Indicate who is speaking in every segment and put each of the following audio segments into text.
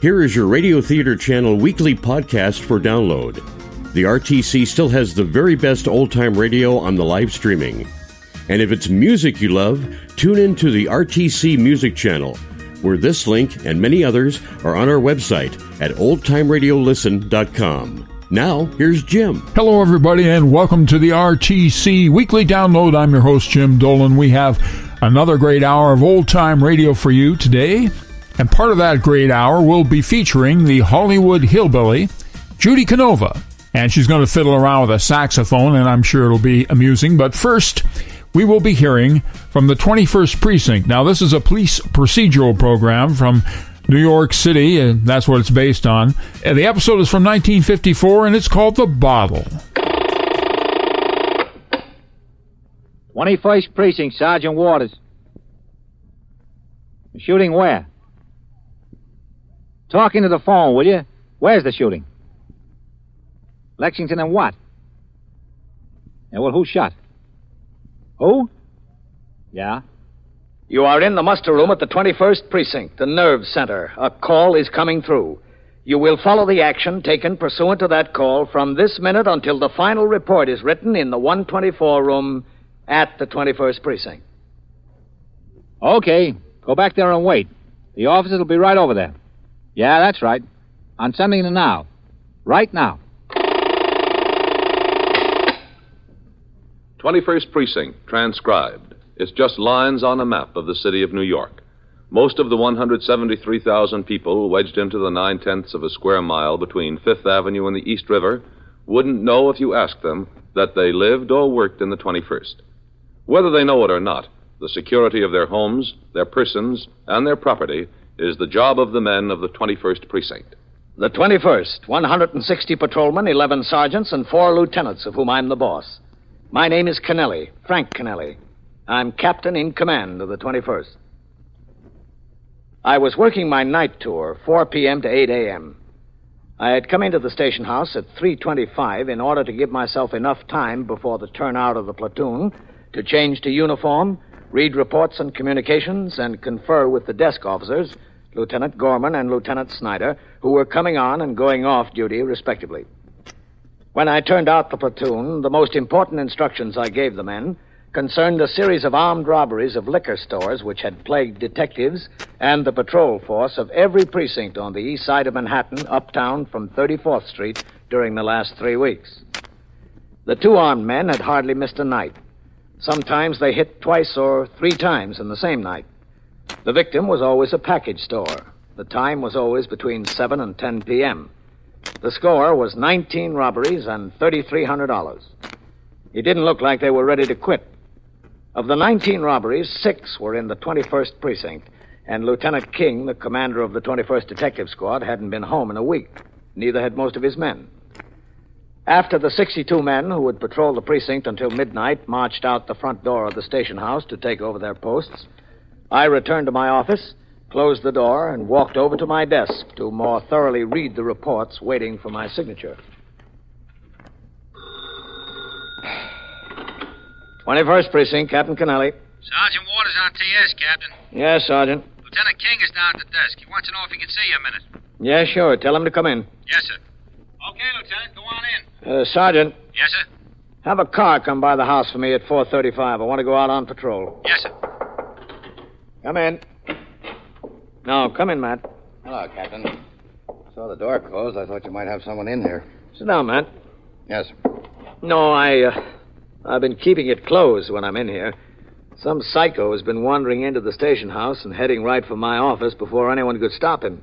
Speaker 1: Here is your Radio Theater Channel weekly podcast for download. The RTC still has the very best old time radio on the live streaming. And if it's music you love, tune in to the RTC Music Channel, where this link and many others are on our website at oldtimeradiolisten.com. Now, here's Jim.
Speaker 2: Hello, everybody, and welcome to the RTC Weekly Download. I'm your host, Jim Dolan. We have another great hour of old time radio for you today. And part of that great hour will be featuring the Hollywood hillbilly, Judy Canova. And she's going to fiddle around with a saxophone, and I'm sure it'll be amusing. But first, we will be hearing from the 21st Precinct. Now, this is a police procedural program from New York City, and that's what it's based on. And the episode is from 1954, and it's called The Bottle.
Speaker 3: 21st Precinct, Sergeant Waters. The Shooting where? Talking to the phone, will you? Where's the shooting? Lexington and what? Yeah, well, who shot? Who? Yeah.
Speaker 4: You are in the muster room at the 21st Precinct, the nerve center. A call is coming through. You will follow the action taken pursuant to that call from this minute until the final report is written in the 124 room at the 21st Precinct.
Speaker 3: Okay. Go back there and wait. The officers will be right over there. Yeah, that's right. I'm sending it now. Right now.
Speaker 5: 21st Precinct, transcribed. It's just lines on a map of the city of New York. Most of the 173,000 people wedged into the nine tenths of a square mile between Fifth Avenue and the East River wouldn't know if you asked them that they lived or worked in the 21st. Whether they know it or not, the security of their homes, their persons, and their property is the job of the men of the 21st Precinct.
Speaker 4: The 21st, 160 patrolmen, 11 sergeants, and four lieutenants, of whom I'm the boss. My name is Kennelly, Frank Kennelly. I'm captain in command of the 21st. I was working my night tour, 4 p.m. to 8 a.m. I had come into the station house at 3:25 in order to give myself enough time before the turnout of the platoon to change to uniform, read reports and communications, and confer with the desk officers, Lieutenant Gorman and Lieutenant Snyder, who were coming on and going off duty respectively. When I turned out the platoon, the most important instructions I gave the men concerned a series of armed robberies of liquor stores which had plagued detectives and the patrol force of every precinct on the east side of Manhattan, uptown from 34th Street during the last three weeks. The two armed men had hardly missed a night. Sometimes they hit twice or three times in the same night. The victim was always a package store. The time was always between 7 and 10 p.m. The score was 19 robberies and $3,300. It didn't look like they were ready to quit. Of the 19 robberies, six were in the 21st Precinct, and Lieutenant King, the commander of the 21st Detective Squad, hadn't been home in a week. Neither had most of his men. After the 62 men who would patrol the precinct until midnight marched out the front door of the station house to take over their posts, I returned to my office, closed the door, and walked over to my desk to more thoroughly read the reports waiting for my signature. 21st Precinct, Captain Kennelly.
Speaker 6: Sergeant Waters on TS, Captain.
Speaker 4: Yes, Sergeant.
Speaker 6: Lieutenant King is down at the desk. He wants to know if he can see you a minute.
Speaker 4: Yeah, sure. Tell him to come in.
Speaker 6: Yes, sir. Okay, Lieutenant. Go on in.
Speaker 4: Uh, Sergeant,
Speaker 6: Yes, sir.
Speaker 4: have a car come by the house for me at 4:35. I want to go out on patrol.
Speaker 6: Yes, sir.
Speaker 4: Come in. No, come in, Matt.
Speaker 7: Hello, Captain. Saw the door closed. I thought you might have someone in here.
Speaker 4: Sit down, Matt.
Speaker 7: Yes.
Speaker 4: No, I, uh, I've been keeping it closed when I'm in here. Some psycho has been wandering into the station house and heading right for my office before anyone could stop him.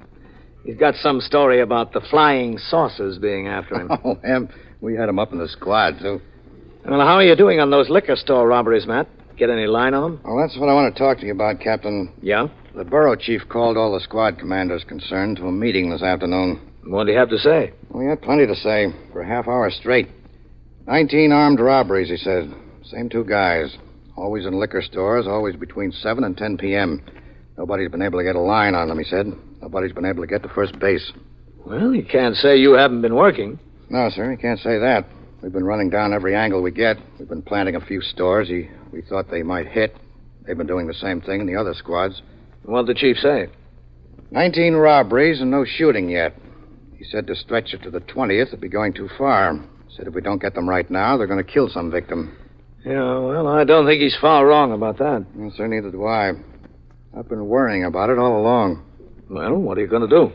Speaker 4: He's got some story about the flying saucers being after him.
Speaker 7: Oh, him. We had him up in the squad, too.
Speaker 4: well, how are you doing on those liquor store robberies, Matt? Get any line on them?
Speaker 7: Well, that's what I want to talk to you about, Captain.
Speaker 4: Yeah.
Speaker 7: Oh. The borough chief called all the squad commanders concerned to a meeting this afternoon.
Speaker 4: What do you have to say?
Speaker 7: We had plenty to say for a half hour straight. Nineteen armed robberies, he said. Same two guys. Always in liquor stores, always between 7 and 10 p.m. Nobody's been able to get a line on them, he said. Nobody's been able to get to first base.
Speaker 4: Well, you can't say you haven't been working.
Speaker 7: No, sir, you can't say that. We've been running down every angle we get. We've been planting a few stores he, we thought they might hit. They've been doing the same thing in the other squads.
Speaker 4: What'd the chief say?
Speaker 7: He 19 robberies and no shooting yet. He said to stretch it to the 20th, it'd be going too far. Said if we don't get them right now, they're going to kill some victim.
Speaker 4: Yeah, well, I don't think he's far wrong about that.
Speaker 7: Well, sir, neither do I. I've been worrying about it all along.
Speaker 4: Well, what are you going to do?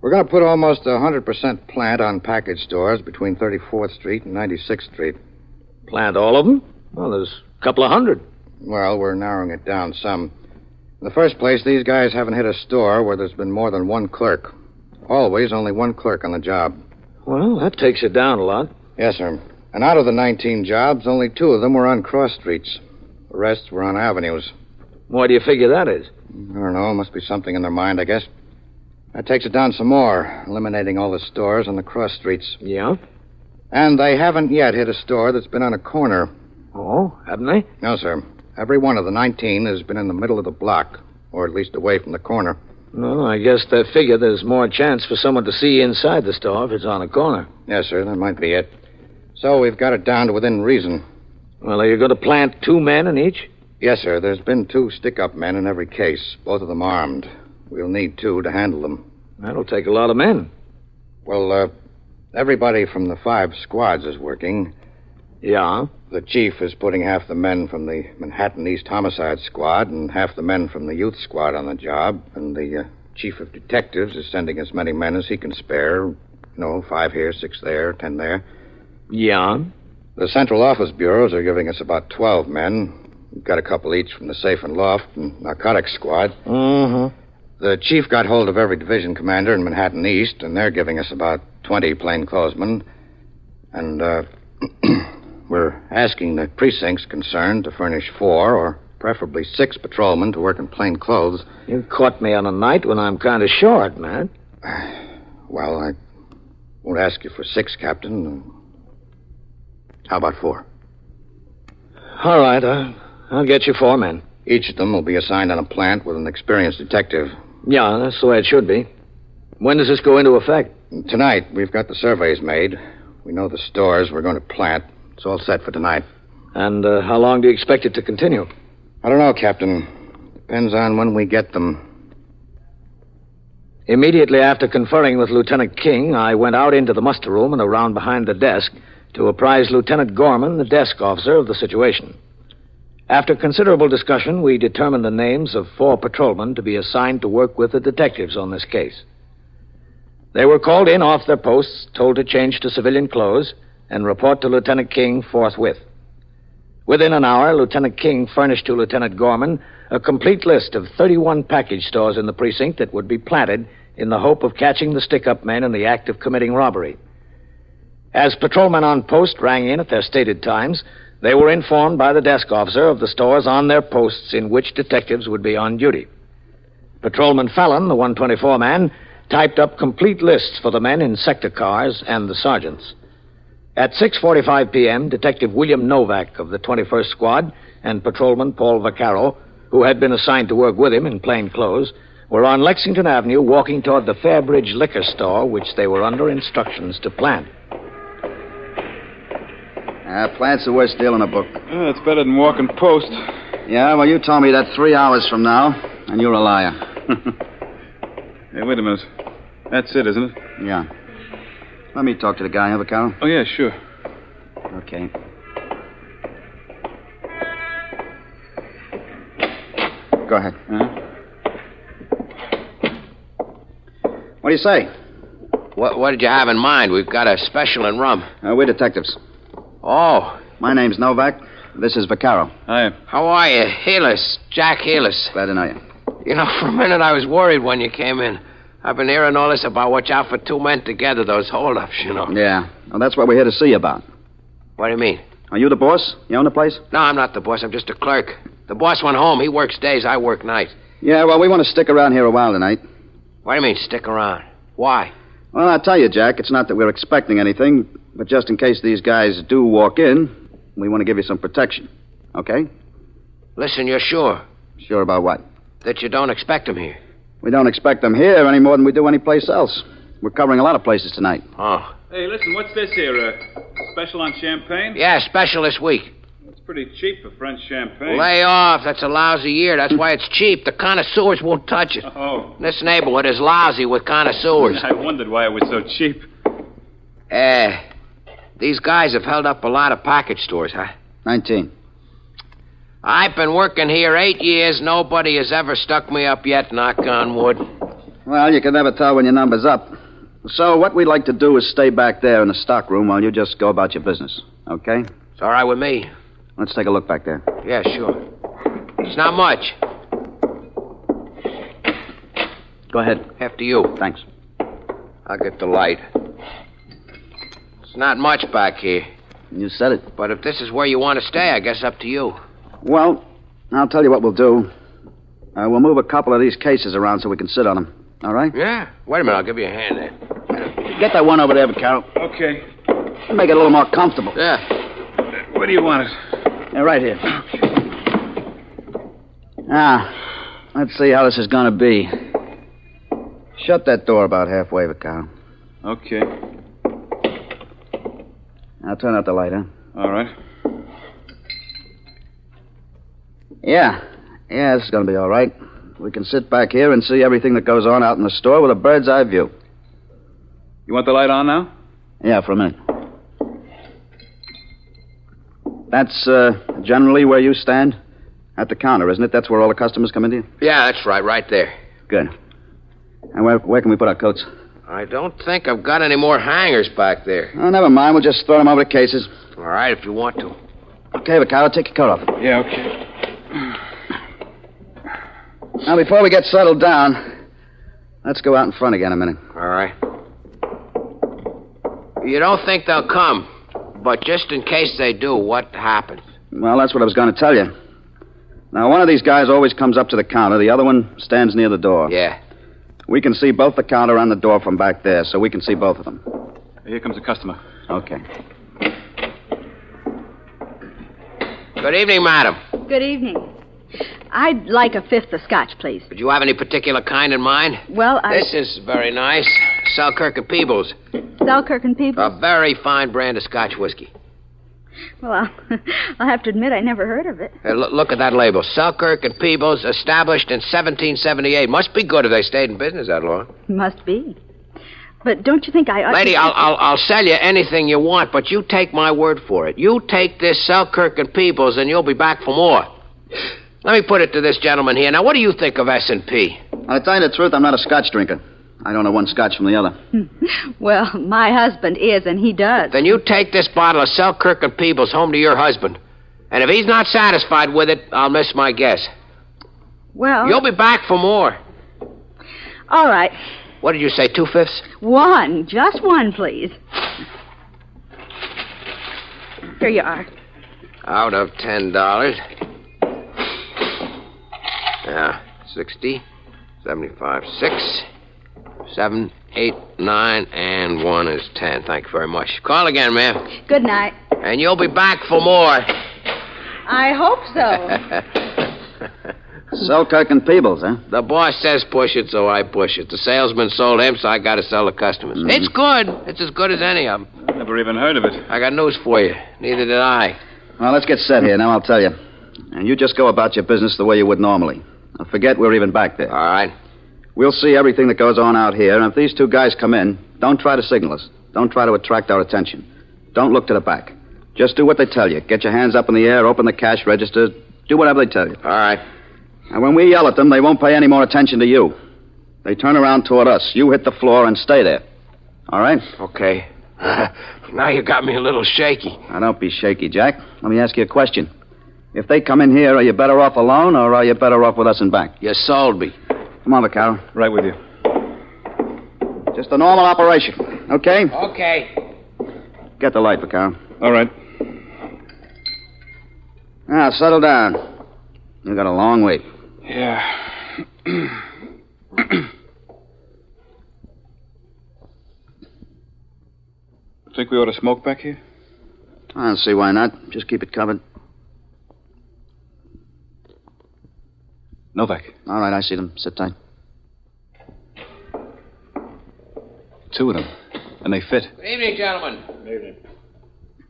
Speaker 7: We're going to put almost a 100% plant on package stores between 34th Street and 96th Street.
Speaker 4: Plant all of them? Well, there's a couple of hundred.
Speaker 7: Well, we're narrowing it down some. In the first place, these guys haven't hit a store where there's been more than one clerk. Always only one clerk on the job.
Speaker 4: Well, that takes it down a lot.
Speaker 7: Yes, sir. And out of the 19 jobs, only two of them were on cross streets. The rest were on avenues.
Speaker 4: Why do you figure that is?
Speaker 7: I don't know. Must be something in their mind, I guess. That takes it down some more, eliminating all the stores on the cross streets.
Speaker 4: Yeah?
Speaker 7: And they haven't yet hit a store that's been on a corner.
Speaker 4: Oh, haven't they?
Speaker 7: No, sir. Every one of the 19 has been in the middle of the block, or at least away from the corner.
Speaker 4: Well, I guess they figure there's more chance for someone to see inside the store if it's on a corner.
Speaker 7: Yes, sir. That might be it. So we've got it down to within reason.
Speaker 4: Well, are you going to plant two men in each?
Speaker 7: Yes, sir. There's been two stick up men in every case, both of them armed. We'll need two to handle them.
Speaker 4: That'll take a lot of men.
Speaker 7: Well, uh, everybody from the five squads is working.
Speaker 4: Yeah?
Speaker 7: The chief is putting half the men from the Manhattan East Homicide Squad and half the men from the Youth Squad on the job, and the uh, chief of detectives is sending as many men as he can spare. You know, five here, six there, ten there.
Speaker 4: Yeah?
Speaker 7: The central office bureaus are giving us about 12 men. We've got a couple each from the safe and loft and narcotics squad.
Speaker 4: Mm hmm.
Speaker 7: The chief got hold of every division commander in Manhattan East, and they're giving us about 20 plainclothesmen. And, uh, we're asking the precincts concerned to furnish four or preferably six patrolmen to work in plain clothes.
Speaker 4: You caught me on a night when I'm kind of short, man.
Speaker 7: Well, I won't ask you for six, Captain. How about four?
Speaker 4: All right, uh, I'll get you four men.
Speaker 7: Each of them will be assigned on a plant with an experienced detective.
Speaker 4: Yeah, that's the way it should be. When does this go into effect?
Speaker 7: Tonight, we've got the surveys made. We know the stores we're going to plant. It's all set for tonight.
Speaker 4: And uh, how long do you expect it to continue?
Speaker 7: I don't know, Captain. Depends on when we get them.
Speaker 4: Immediately after conferring with Lieutenant King, I went out into the muster room and around behind the desk to apprise Lieutenant Gorman, the desk officer, of the situation. After considerable discussion, we determined the names of four patrolmen to be assigned to work with the detectives on this case. They were called in off their posts, told to change to civilian clothes, and report to Lieutenant King forthwith. Within an hour, Lieutenant King furnished to Lieutenant Gorman a complete list of 31 package stores in the precinct that would be planted in the hope of catching the stick up men in the act of committing robbery. As patrolmen on post rang in at their stated times, they were informed by the desk officer of the stores on their posts in which detectives would be on duty. Patrolman Fallon, the 124 man, typed up complete lists for the men in sector cars and the sergeants. At 6:45 p.m., Detective William Novak of the 21st Squad and patrolman Paul Vaccaro, who had been assigned to work with him in plain clothes, were on Lexington Avenue walking toward the Fairbridge liquor store which they were under instructions to plant.
Speaker 8: Uh, plants the worst deal in the book.
Speaker 9: Yeah, it's better than walking post.
Speaker 8: Yeah, well, you tell me that three hours from now, and you're a liar.
Speaker 9: Hey, wait a minute. That's it, isn't it?
Speaker 8: yeah. Let me talk to the guy, Avocado.
Speaker 9: Oh, yeah, sure.
Speaker 8: Okay. Go ahead.
Speaker 9: Uh-huh.
Speaker 8: What do you say?
Speaker 10: What, what did you have in mind? We've got a special in rum.
Speaker 8: Uh, we're detectives.
Speaker 10: Oh,
Speaker 8: My name's Novak. This is Vaccaro.
Speaker 9: Hi.
Speaker 10: how are you? Healers, Jack Healers.
Speaker 8: Glad to know you.
Speaker 10: You know, for a minute I was worried when you came in. I've been hearing all this about watch out for two men together, those holdups, you
Speaker 9: Oh.
Speaker 10: know.
Speaker 8: Yeah. Well, that's what we're here to see you about.
Speaker 10: What do you mean?
Speaker 8: Are you the boss? You own the place?
Speaker 10: No, I'm not the boss. I'm just a clerk. The boss went home. He works days. I work nights.
Speaker 8: Yeah, well, we want to stick around here a while tonight.
Speaker 10: What do you mean, stick around? Why?
Speaker 8: Well, I'll tell you, Jack, it's not that we're expecting anything, but just in case these guys do walk in, we want to give you some protection. Okay?
Speaker 10: Listen, you're sure
Speaker 8: Sure about what?
Speaker 10: that you don't expect him here?
Speaker 8: We don't expect them here any more than we do anyplace else. We're covering a lot of places tonight.
Speaker 10: Oh.
Speaker 9: Hey, listen, what's this here? Uh, special on champagne?
Speaker 10: Yeah, special this week.
Speaker 9: It's pretty cheap for French champagne.
Speaker 10: Lay off. That's a lousy year. That's why it's cheap. The connoisseurs won't touch it.
Speaker 9: Oh.
Speaker 10: This neighborhood is lousy with connoisseurs.
Speaker 9: I wondered why it was so cheap.
Speaker 10: Eh, these guys have held up a lot of package stores, huh?
Speaker 8: Nineteen.
Speaker 10: I've been working here eight years. Nobody has ever stuck me up yet, knock on wood.
Speaker 8: Well, you can never tell when your number's up. So what we'd like to do is stay back there in the stockroom while you just go about your business. Okay?
Speaker 10: It's all right with me.
Speaker 8: Let's take a look back there.
Speaker 10: Yeah, sure. It's not much.
Speaker 8: Go ahead.
Speaker 10: After you.
Speaker 8: Thanks.
Speaker 10: I'll get the light. It's not much back here.
Speaker 8: You said it.
Speaker 10: But if this is where you want to stay, I guess up to you.
Speaker 8: Well, I'll tell you what we'll do. Uh, we'll move a couple of these cases around so we can sit on them. All right?
Speaker 10: Yeah. Wait a minute. I'll give you a hand there.
Speaker 8: Get that one over there, Carol.
Speaker 9: Okay.
Speaker 8: Make it a little more comfortable.
Speaker 10: Yeah.
Speaker 9: Where do you want it?
Speaker 8: Yeah, right here. Ah, let's see how this is going to be. Shut that door about halfway, Vaccaro.
Speaker 9: Okay.
Speaker 8: Now turn out the light, huh?
Speaker 9: All right.
Speaker 8: Yeah. Yeah, this is going to be all right. We can sit back here and see everything that goes on out in the store with a bird's eye view.
Speaker 9: You want the light on now?
Speaker 8: Yeah, for a minute. That's uh, generally where you stand? At the counter, isn't it? That's where all the customers come into you?
Speaker 10: Yeah, that's right. Right there.
Speaker 8: Good. And where, where can we put our coats?
Speaker 10: I don't think I've got any more hangers back there.
Speaker 8: Oh, never mind. We'll just throw them over the cases.
Speaker 10: All right, if you want to.
Speaker 8: Okay, Vaccaro, take your coat off.
Speaker 9: Yeah, okay.
Speaker 8: Now, before we get settled down, let's go out in front again a minute.
Speaker 10: All right. You don't think they'll come, but just in case they do, what happens?
Speaker 8: Well, that's what I was going to tell you. Now, one of these guys always comes up to the counter. The other one stands near the door.
Speaker 10: Yeah.
Speaker 8: We can see both the counter and the door from back there, so we can see both of them.
Speaker 9: Here comes a customer.
Speaker 8: Okay.
Speaker 10: Good evening, madam.
Speaker 11: Good evening. I'd like a fifth of scotch, please.
Speaker 10: Do you have any particular kind in mind?
Speaker 11: Well, I.
Speaker 10: This is very nice. Selkirk and Peebles.
Speaker 11: Selkirk and Peebles.
Speaker 10: A very fine brand of Scotch whiskey.
Speaker 11: well, I'll, I'll have to admit I never heard of it.
Speaker 10: Hey, lo- Uh, look at that label. Selkirk and Peebles, established in 1778. Must be good if they stayed in business that long.
Speaker 11: Must be. But don't you think I ought
Speaker 10: Lady,
Speaker 11: to.
Speaker 10: I'll, I'll, I'll sell you anything you want, but you take my word for it. You take this Selkirk and Peebles, and you'll be back for more. Let me put it to this gentleman here. Now, what do you think of S&P?
Speaker 8: I'll tell you the truth, I'm not a scotch drinker. I don't know one scotch from the other.
Speaker 11: Well, my husband is, and he does.
Speaker 10: Then you take this bottle of Selkirk and Peebles home to your husband. And if he's not satisfied with it, I'll miss my guess.
Speaker 11: Well.
Speaker 10: You'll be back for more.
Speaker 11: All right.
Speaker 10: What did you say, two fifths?
Speaker 11: One. Just one, please. Here you are.
Speaker 10: Out of ten dollars. Yeah, sixty, seventy-five, six, seven, eight, nine, and one is ten. Thank you very much. Call again, ma'am,
Speaker 11: Good night.
Speaker 10: and you'll be back for more.
Speaker 11: I hope so.
Speaker 8: Selkirk and Peebles, huh?
Speaker 10: The boss says push it, so I push it. The salesman sold him, so I got to sell the customers.
Speaker 8: Mm-hmm.
Speaker 10: It's good. It's as good as any of 'em.
Speaker 9: Never even heard of it.
Speaker 10: I got news for you. Neither did I.
Speaker 8: Well, let's get set here. Now I'll tell you. And you just go about your business the way you would normally. Now, forget we're even back there.
Speaker 10: All right.
Speaker 8: We'll see everything that goes on out here, and if these two guys come in, don't try to signal us. Don't try to attract our attention. Don't look to the back. Just do what they tell you. Get your hands up in the air, open the cash register, do whatever they tell you.
Speaker 10: All right.
Speaker 8: And when we yell at them, they won't pay any more attention to you. They turn around toward us. You hit the floor and stay there. All right?
Speaker 10: Okay. now you got me a little shaky.
Speaker 8: Now, don't be shaky, Jack. Let me ask you a question. If they come in here, are you better off alone, or are you better off with us and back?
Speaker 10: You sold me.
Speaker 8: Come on, Vaccaro.
Speaker 9: Right with you.
Speaker 8: Just a normal operation, okay?
Speaker 10: Okay.
Speaker 8: Get the light, Vaccaro.
Speaker 9: All right.
Speaker 8: Now, Ah, settle down. You got a long wait.
Speaker 9: Yeah. Think we ought to smoke back here?
Speaker 8: I don't see why not. Just keep it covered.
Speaker 9: Novak.
Speaker 8: All right, I see them. Sit tight.
Speaker 9: Two of them. And they fit.
Speaker 10: Good evening, gentlemen.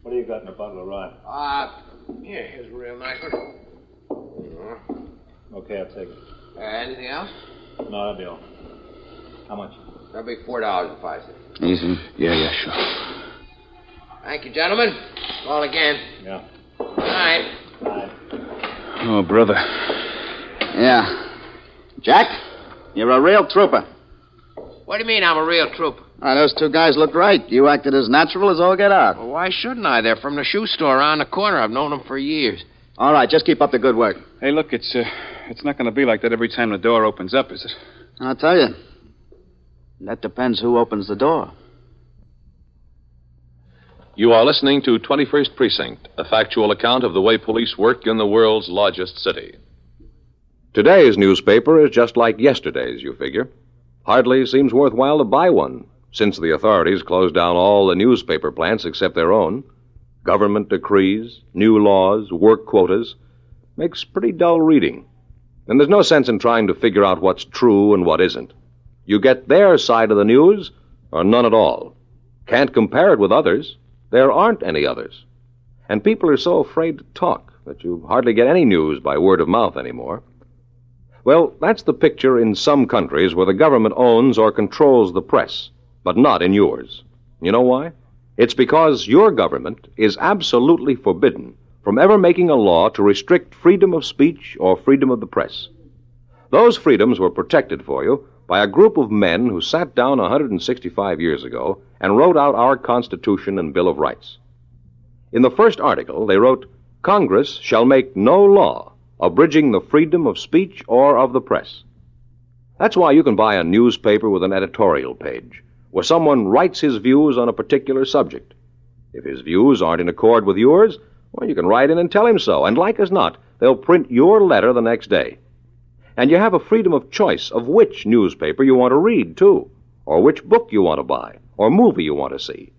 Speaker 12: What do you got in a bottle of rye?
Speaker 10: Uh,
Speaker 12: Yeah, here's a real nice one.
Speaker 3: Okay, I'll take it.
Speaker 13: Mm-hmm. Uh, anything else?
Speaker 3: No, that'll be all. How much?
Speaker 13: That'll be four dollars and five cents.
Speaker 8: Easy. Yeah, yeah, sure.
Speaker 13: Thank you, gentlemen. Call again.
Speaker 3: Yeah.
Speaker 13: All right.
Speaker 8: Oh, brother. Yeah. Jack, you're a real trooper.
Speaker 13: What do you mean I'm a real trooper?
Speaker 8: Ah, those two guys looked right. You acted as natural as all get out.
Speaker 13: Well, why shouldn't I? They're from the shoe store around the corner. I've known them for years.
Speaker 8: All right, just keep up the good work.
Speaker 9: Hey, look, it's uh, it's not going to be like that every time the door opens up, is it?
Speaker 8: I'll tell you. That depends who opens the door.
Speaker 5: You are listening to 21st Precinct, a factual account of the way police work in the world's largest city.
Speaker 14: Today's newspaper is just like yesterday's, you figure. Hardly seems worthwhile to buy one, since the authorities closed down all the newspaper plants except their own. Government decrees, new laws, work quotas. Makes pretty dull reading. And there's no sense in trying to figure out what's true and what isn't. You get their side of the news, or none at all. Can't compare it with others. There aren't any others. And people are so afraid to talk that you hardly get any news by word of mouth anymore. Well, that's the picture in some countries where the government owns or controls the press, but not in yours. You know why? It's because your government is absolutely forbidden from ever making a law to restrict freedom of speech or freedom of the press. Those freedoms were protected for you by a group of men who sat down 165 years ago and wrote out our Constitution and Bill of Rights. In the first article, they wrote Congress shall make no law abridging the freedom of speech or of the press. That's why you can buy a newspaper with an editorial page where someone writes his views on a particular subject. If his views aren't in accord with yours, well, you can write in and tell him so, and like as not, they'll print your letter the next day. And you have a freedom of choice of which newspaper you want to read, too, or which book you want to buy, or movie you want to see.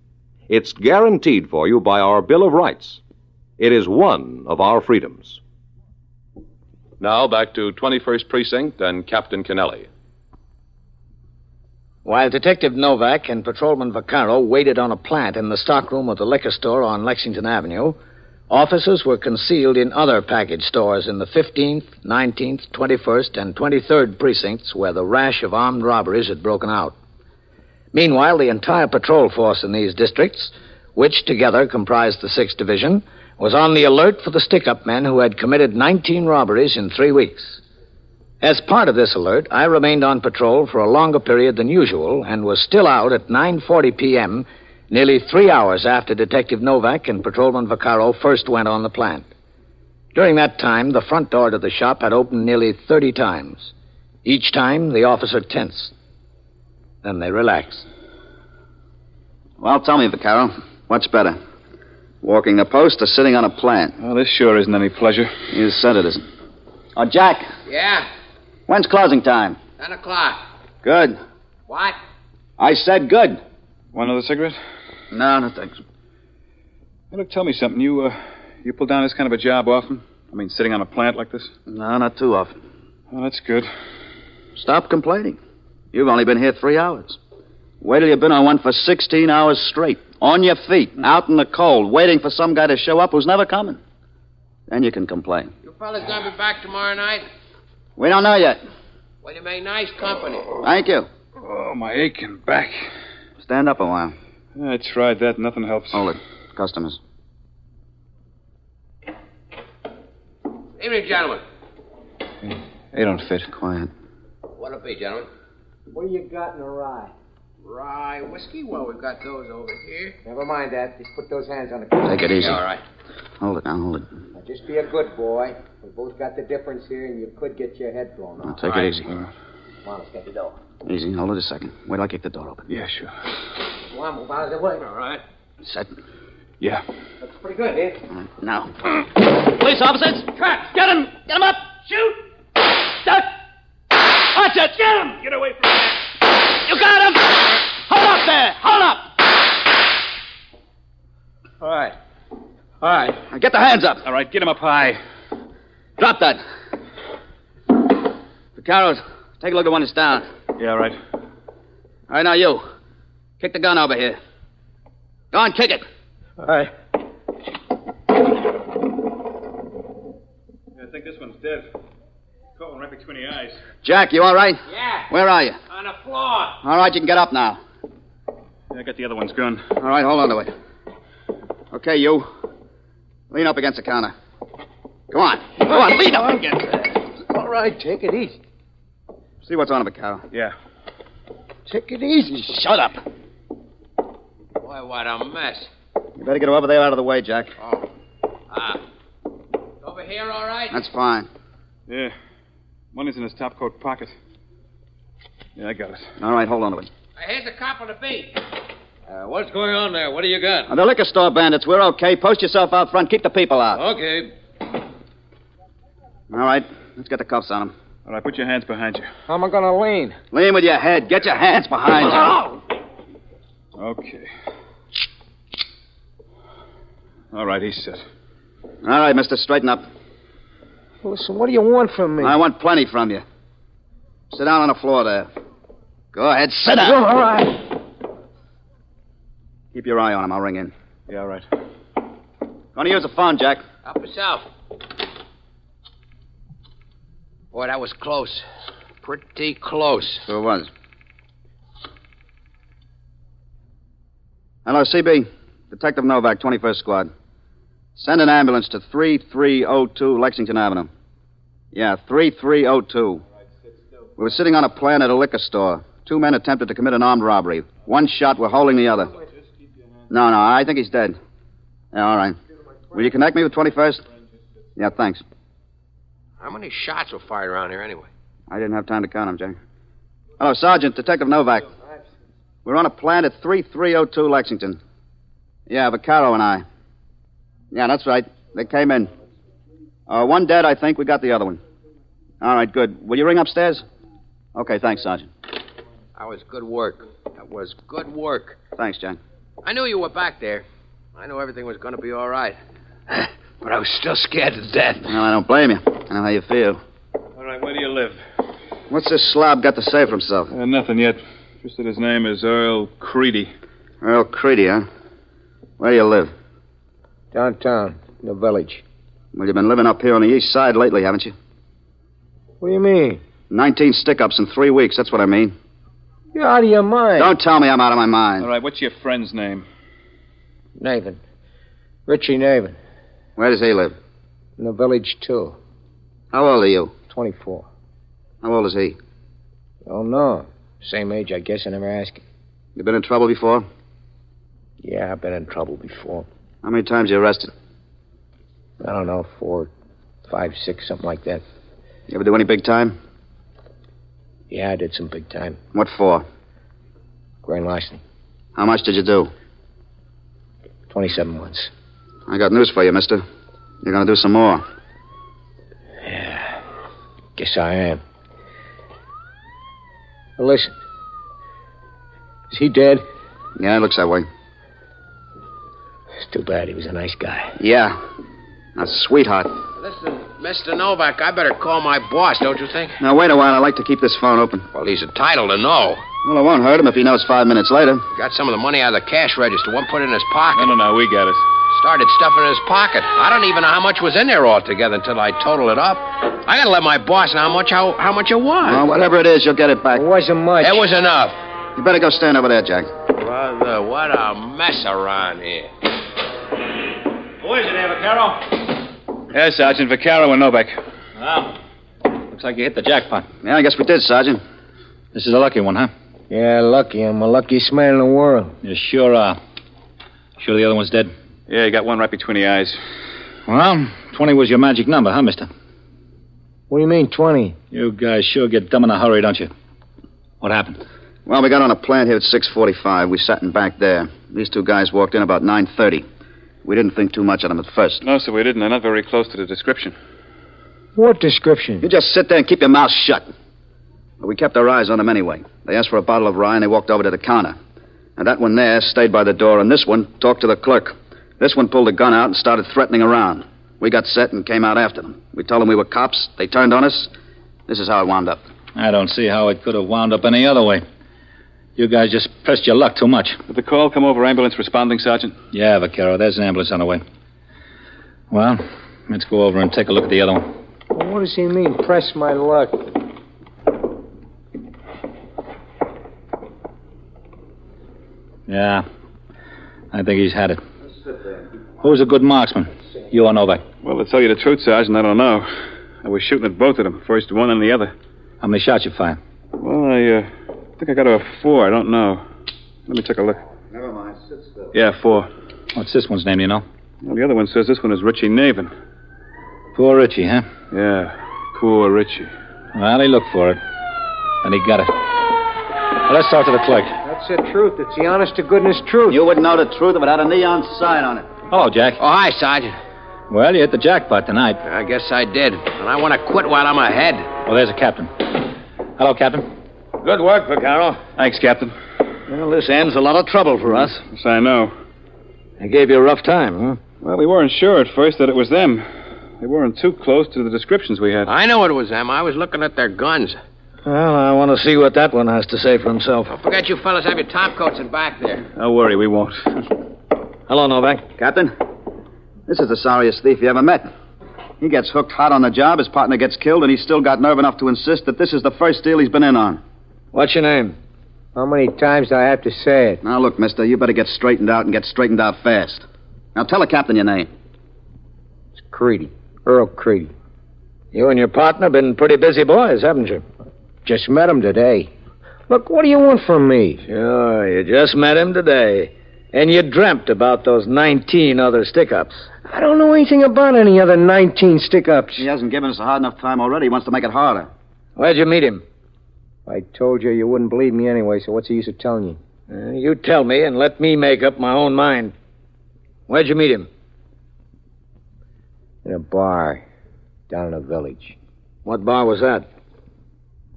Speaker 14: It's guaranteed for you by our Bill of Rights. It is one of our freedoms.
Speaker 5: Now back to 21st Precinct and Captain Kennelly.
Speaker 4: While Detective Novak and Patrolman Vaccaro waited on a plant in the stockroom of the liquor store on Lexington Avenue, officers were concealed in other package stores in the 15th, 19th, 21st, and 23rd precincts where the rash of armed robberies had broken out. Meanwhile, the entire patrol force in these districts, which together comprised the 6th Division, was on the alert for the stick up men who had committed 19 robberies in three weeks. As part of this alert, I remained on patrol for a longer period than usual and was still out at 9:40 p.m., nearly 3 hours after Detective Novak and Patrolman Vaccaro first went on the plant. During that time, the front door to the shop had opened nearly 30 times. Each time, the officer tensed. Then they relaxed.
Speaker 8: Well, tell me, Vaccaro, what's better? Walking the post or sitting on a plant?
Speaker 9: Well, this sure isn't any pleasure.
Speaker 8: You said it isn't. Oh, Jack,
Speaker 13: Yeah,
Speaker 8: when's closing time?
Speaker 13: 10 o'clock.
Speaker 8: Good.
Speaker 13: What?
Speaker 8: I said good.
Speaker 9: Want another cigarette?
Speaker 8: No, no thanks.
Speaker 9: Hey, look, tell me something. You, uh, you pull down this kind of a job often? I mean, sitting on a plant like this?
Speaker 8: No, not too often.
Speaker 9: Well, that's good.
Speaker 8: Stop complaining. You've only been here three hours. Wait till you've been on one for 16 hours straight, on your feet, out in the cold, waiting for some guy to show up who's never coming. Then you can complain.
Speaker 13: You fellas gonna be back tomorrow night?
Speaker 8: We don't know yet.
Speaker 13: Well, you make nice company.
Speaker 8: Thank you.
Speaker 9: Oh, my aching back.
Speaker 8: Stand up a while.
Speaker 9: I tried that. Nothing helps.
Speaker 8: Hold it. Customers.
Speaker 13: Evening, gentlemen.
Speaker 8: They don't fit. Quiet.
Speaker 13: What'll it be, gentlemen? What you got in the rye? Rye whiskey? Well, we've got those over here. Never mind that. Just put those hands on the
Speaker 8: Take it easy.
Speaker 13: All right.
Speaker 8: Hold it now. Hold it.
Speaker 15: Now, just be a good boy. We both got the difference here, and you could get your head blown
Speaker 8: Now,
Speaker 15: off.
Speaker 8: take it easy.
Speaker 15: Come on, let's get the door.
Speaker 8: Easy. Hold it a second. Wait till I kick the door open.
Speaker 9: Yeah, sure.
Speaker 15: Come on, move out of the way. All right.
Speaker 8: Set.
Speaker 9: Yeah.
Speaker 15: Looks pretty good, eh?
Speaker 8: Now.
Speaker 13: Police officers! Cut! Get him! Get him up! Shoot! Duck! Watch it! Get him! Get away from me! You got him! Hold up there! Hold up!
Speaker 9: All right. All right.
Speaker 8: Now get the hands up.
Speaker 9: All right, get him up high.
Speaker 8: Drop that. Vaccaro, take a look at one that's down.
Speaker 9: Yeah, all right.
Speaker 8: All right, now you. Kick the gun over here. Go on, kick it.
Speaker 9: All right. this one's dead. Caught one right between the eyes.
Speaker 8: Jack, you all right?
Speaker 13: Yeah.
Speaker 8: Where are you?
Speaker 13: On the floor.
Speaker 8: All right, you can get up now.
Speaker 9: Yeah, I got the other one's gun.
Speaker 8: All right, hold on to it. Okay, you. Lean up against the counter. Come on. Come on, lean up against
Speaker 16: Uh,
Speaker 8: it.
Speaker 15: All right, take it easy.
Speaker 8: See what's on him, Carol.
Speaker 9: Yeah.
Speaker 15: Take it easy.
Speaker 8: Shut up.
Speaker 10: Boy, what a mess.
Speaker 8: You better get him over there out of the way, Jack.
Speaker 10: Oh. Ah. Over here, all right?
Speaker 8: That's fine.
Speaker 9: Yeah. Money's in his top coat pocket. Yeah, I got it.
Speaker 8: All right, hold on to it.
Speaker 10: Hey, here's a cop on the beat.
Speaker 16: Uh, what's going on there? What do you got?
Speaker 8: Uh, the liquor store bandits. We're okay. Post yourself out front. Keep the people out.
Speaker 16: Okay.
Speaker 8: All right. Let's get the cuffs on them.
Speaker 9: All right, put your hands behind you.
Speaker 15: How am I going to lean?
Speaker 8: Lean with your head. Get your hands behind you.
Speaker 9: Oh! Okay. All right, he's set.
Speaker 8: All right, mister. Straighten up.
Speaker 15: Listen, what do you want from me?
Speaker 8: I want plenty from you. Sit down on the floor there. Go ahead, sit down.
Speaker 15: All right.
Speaker 8: Keep your eye on him. I'll ring in.
Speaker 9: Yeah, all right.
Speaker 8: Gonna use the phone, Jack.
Speaker 10: Help yourself. Boy, that was close. Pretty close.
Speaker 8: So it was. Hello, CB. Detective Novak, 21st Squad. Send an ambulance to 3302 Lexington Avenue. Yeah, 3302. We were sitting on a plant at a liquor store. Two men attempted to commit an armed robbery. One shot, we're holding the other. No, no, I think he's dead. Yeah, all right. Will you connect me with 21st? Yeah, thanks.
Speaker 10: How many shots were fired around here anyway?
Speaker 8: I didn't have time to count them, Jack. Hello, Sergeant, Detective Novak. We're on a plant at 3302 Lexington. Yeah, Vaccaro and I. Yeah, that's right. They came in. Uh, one dead, I think. We got the other one. All right, good. Will you ring upstairs? Okay, thanks, Sergeant.
Speaker 10: That was good work. That was good work.
Speaker 8: Thanks, Jack.
Speaker 10: I knew you were back there. I knew everything was going to be all right. but I was still scared to death.
Speaker 8: Well, I don't blame you. I know how you feel.
Speaker 9: All right, where do you live?
Speaker 8: What's this slob got to say for himself?
Speaker 9: Uh, nothing yet. Just that his name is Earl Creedy.
Speaker 8: Earl Creedy, huh? Where do you live?
Speaker 15: Downtown, in the village.
Speaker 8: Well, you've been living up here on the east side lately, haven't you?
Speaker 15: What do you mean?
Speaker 8: 19 stick ups in three weeks, that's what I mean.
Speaker 15: You're out of your mind.
Speaker 8: Don't tell me I'm out of my mind.
Speaker 9: All right, what's your friend's name?
Speaker 15: Navin. Richie Navin.
Speaker 8: Where does he live?
Speaker 15: In the village, too.
Speaker 8: How old are you?
Speaker 15: 24.
Speaker 8: How old is he?
Speaker 15: Don't know. Same age, I guess, I never asked him.
Speaker 8: You been in trouble before?
Speaker 15: Yeah, I've been in trouble before.
Speaker 8: How many times you arrested?
Speaker 15: I don't know, four, five, six, something like that.
Speaker 8: You ever do any big time?
Speaker 15: Yeah, I did some big time.
Speaker 8: What for?
Speaker 15: Grand larceny.
Speaker 8: How much did you do?
Speaker 15: 27 months.
Speaker 8: I got news for you, mister. You're going to do some more.
Speaker 15: Yeah. Guess I am. Well, listen. Is he dead?
Speaker 8: Yeah, it looks that way.
Speaker 15: It's too bad. He was a nice guy.
Speaker 8: Yeah. A sweetheart.
Speaker 10: Listen, Mr. Novak, I better call my boss, don't you think?
Speaker 8: Now, wait a while. I'd like to keep this phone open.
Speaker 10: Well, he's entitled to know.
Speaker 8: Well, it won't hurt him if he knows five minutes later.
Speaker 10: Got some of the money out of the cash register. One put in his pocket.
Speaker 9: No, no, no. We got it.
Speaker 10: Started stuffing in his pocket. I don't even know how much was in there altogether until I totaled it up. I gotta let my boss know how much how, how much it was.
Speaker 8: Well, whatever it is, you'll get it back.
Speaker 15: It wasn't much.
Speaker 10: It was enough.
Speaker 8: You better go stand over there, Jack.
Speaker 10: Brother, what a mess around here.
Speaker 16: Who is it, Avocaro?
Speaker 9: Yeah, Sergeant Vaccaro and Novak.
Speaker 16: Wow. Looks like you hit the jackpot.
Speaker 8: Yeah, I guess we did, Sergeant.
Speaker 9: This is a lucky one, huh?
Speaker 15: Yeah, lucky. I'm the luckiest man in the world.
Speaker 16: You sure are. Sure the other one's dead?
Speaker 9: Yeah, you got one right between the eyes.
Speaker 16: Well, 20 was your magic number, huh, mister?
Speaker 15: What do you mean, 20?
Speaker 16: You guys sure get dumb in a hurry, don't you? What happened?
Speaker 8: Well, we got on a plant here at 645. We sat in back there. These two guys walked in about 930. We didn't think too much of them at first.
Speaker 9: No, sir, we didn't. They're not very close to the description.
Speaker 15: What description?
Speaker 8: You just sit there and keep your mouth shut. But we kept our eyes on them anyway. They asked for a bottle of rye and they walked over to the counter. And that one there stayed by the door, and this one talked to the clerk. This one pulled a gun out and started threatening around. We got set and came out after them. We told them we were cops. They turned on us. This is how it wound up.
Speaker 16: I don't see how it could have wound up any other way. You guys just pressed your luck too much.
Speaker 9: Did the call come over ambulance responding, Sergeant?
Speaker 16: Yeah, Vaquero. There's an ambulance on the way. Well, let's go over and take a look at the other one.
Speaker 15: Well, what does he mean, press my luck?
Speaker 16: Yeah. I think he's had it. Who's a good marksman? You or Novak?
Speaker 9: Well, to tell you the truth, Sergeant, I don't know. I was shooting at both of them, first one and the other.
Speaker 16: How many shots you fired?
Speaker 9: Well, I uh, think I got a four. I don't know. Let me take a look.
Speaker 15: Never mind, sit still.
Speaker 9: Yeah, four.
Speaker 16: What's this one's name, you know?
Speaker 9: Well, the other one says this one is Richie Navin.
Speaker 16: Poor Richie, huh?
Speaker 9: Yeah, poor Richie.
Speaker 16: Well, he looked for it. And he got it. Well, let's talk to the clerk.
Speaker 15: That's the truth. It's the honest to goodness truth.
Speaker 8: You wouldn't know the truth if it had a neon sign on it.
Speaker 16: Hello, Jack.
Speaker 10: Oh, hi, Sergeant.
Speaker 16: Well, you hit the jackpot tonight.
Speaker 10: I guess I did. And I want to quit while I'm ahead.
Speaker 16: Well, there's a captain. Hello, Captain.
Speaker 4: Good work, Vaccaro.
Speaker 9: Thanks, Captain.
Speaker 4: Well, this ends a lot of trouble for us.
Speaker 9: Yes, I know.
Speaker 4: They gave you a rough time, huh?
Speaker 9: Well, we weren't sure at first that it was them. They weren't too close to the descriptions we had.
Speaker 10: I know it was them. I was looking at their guns.
Speaker 4: Well, I want to see what that one has to say for himself.
Speaker 10: Don't forget you fellas have your top coats and back there.
Speaker 9: Don't worry, we won't.
Speaker 4: Hello, Novak.
Speaker 8: Captain, this is the sorriest thief you ever met. He gets hooked hot on the job, his partner gets killed, and he's still got nerve enough to insist that this is the first deal he's been in on.
Speaker 4: What's your name?
Speaker 15: How many times do I have to say it?
Speaker 8: Now, look, mister, you better get straightened out and get straightened out fast. Now, tell the captain your name.
Speaker 15: It's Creedy, Earl Creedy.
Speaker 4: You and your partner been pretty busy boys, haven't you?
Speaker 15: Just met him today. Look, what do you want from me?
Speaker 4: Sure, you just met him today. And you dreamt about those 19 other stick ups.
Speaker 15: I don't know anything about any other 19 stick ups.
Speaker 8: He hasn't given us a hard enough time already. He wants to make it harder.
Speaker 4: Where'd you meet him?
Speaker 15: I told you you wouldn't believe me anyway, so what's the use of telling you?
Speaker 4: Uh, you tell me and let me make up my own mind. Where'd you meet him?
Speaker 15: In a bar down in a village.
Speaker 4: What bar was that?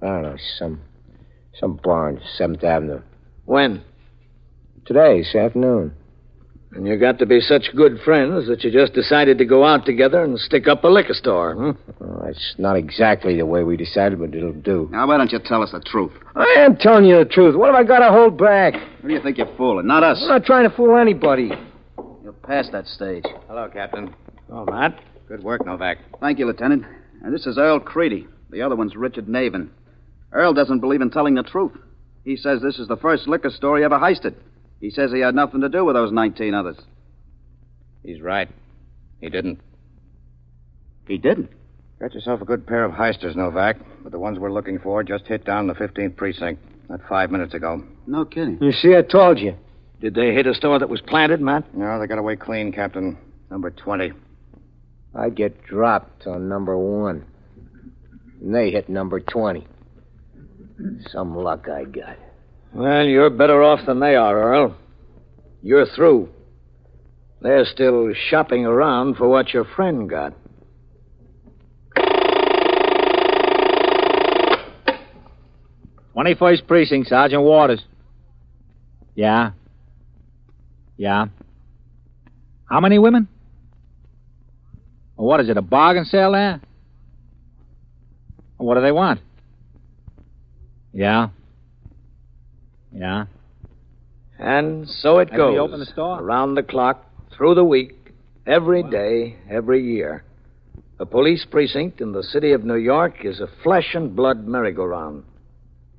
Speaker 15: I don't know, some some bar on Seventh Avenue.
Speaker 4: When?
Speaker 15: Today, this afternoon.
Speaker 4: And you got to be such good friends that you just decided to go out together and stick up a liquor store, hmm?
Speaker 15: Well, that's not exactly the way we decided, but it'll do.
Speaker 8: Now, why don't you tell us the truth?
Speaker 15: I am telling you the truth. What have I got to hold back?
Speaker 8: Who do you think you're fooling? Not us.
Speaker 15: I'm not trying to fool anybody.
Speaker 8: You're past that stage. Hello, Captain.
Speaker 4: Oh, Matt.
Speaker 8: Good work, Novak. Thank you, Lieutenant. And this is Earl Creedy. The other one's Richard Navin. Earl doesn't believe in telling the truth. He says this is the first liquor store he ever heisted. He says he had nothing to do with those 19 others.
Speaker 16: He's right. He didn't.
Speaker 8: He didn't?
Speaker 7: Got yourself a good pair of heisters, Novak. But the ones we're looking for just hit down the 15th precinct. Not five minutes ago.
Speaker 8: No kidding.
Speaker 15: You see, I told you.
Speaker 4: Did they hit a store that was planted, Matt?
Speaker 7: No, they got away clean, Captain. Number 20.
Speaker 15: I get dropped on number one. And they hit number 20. Some luck I got.
Speaker 4: Well, you're better off than they are, Earl. You're through. They're still shopping around for what your friend got.
Speaker 3: Twenty-first precinct, Sergeant Waters. Yeah. Yeah. How many women? Well, what is it? A bargain sale there? Well, what do they want? Yeah. Yeah.
Speaker 4: And so it
Speaker 3: As
Speaker 4: goes.
Speaker 3: we open the store?
Speaker 4: Around the clock, through the week, every day, every year. A police precinct in the city of New York is a flesh and blood merry-go-round.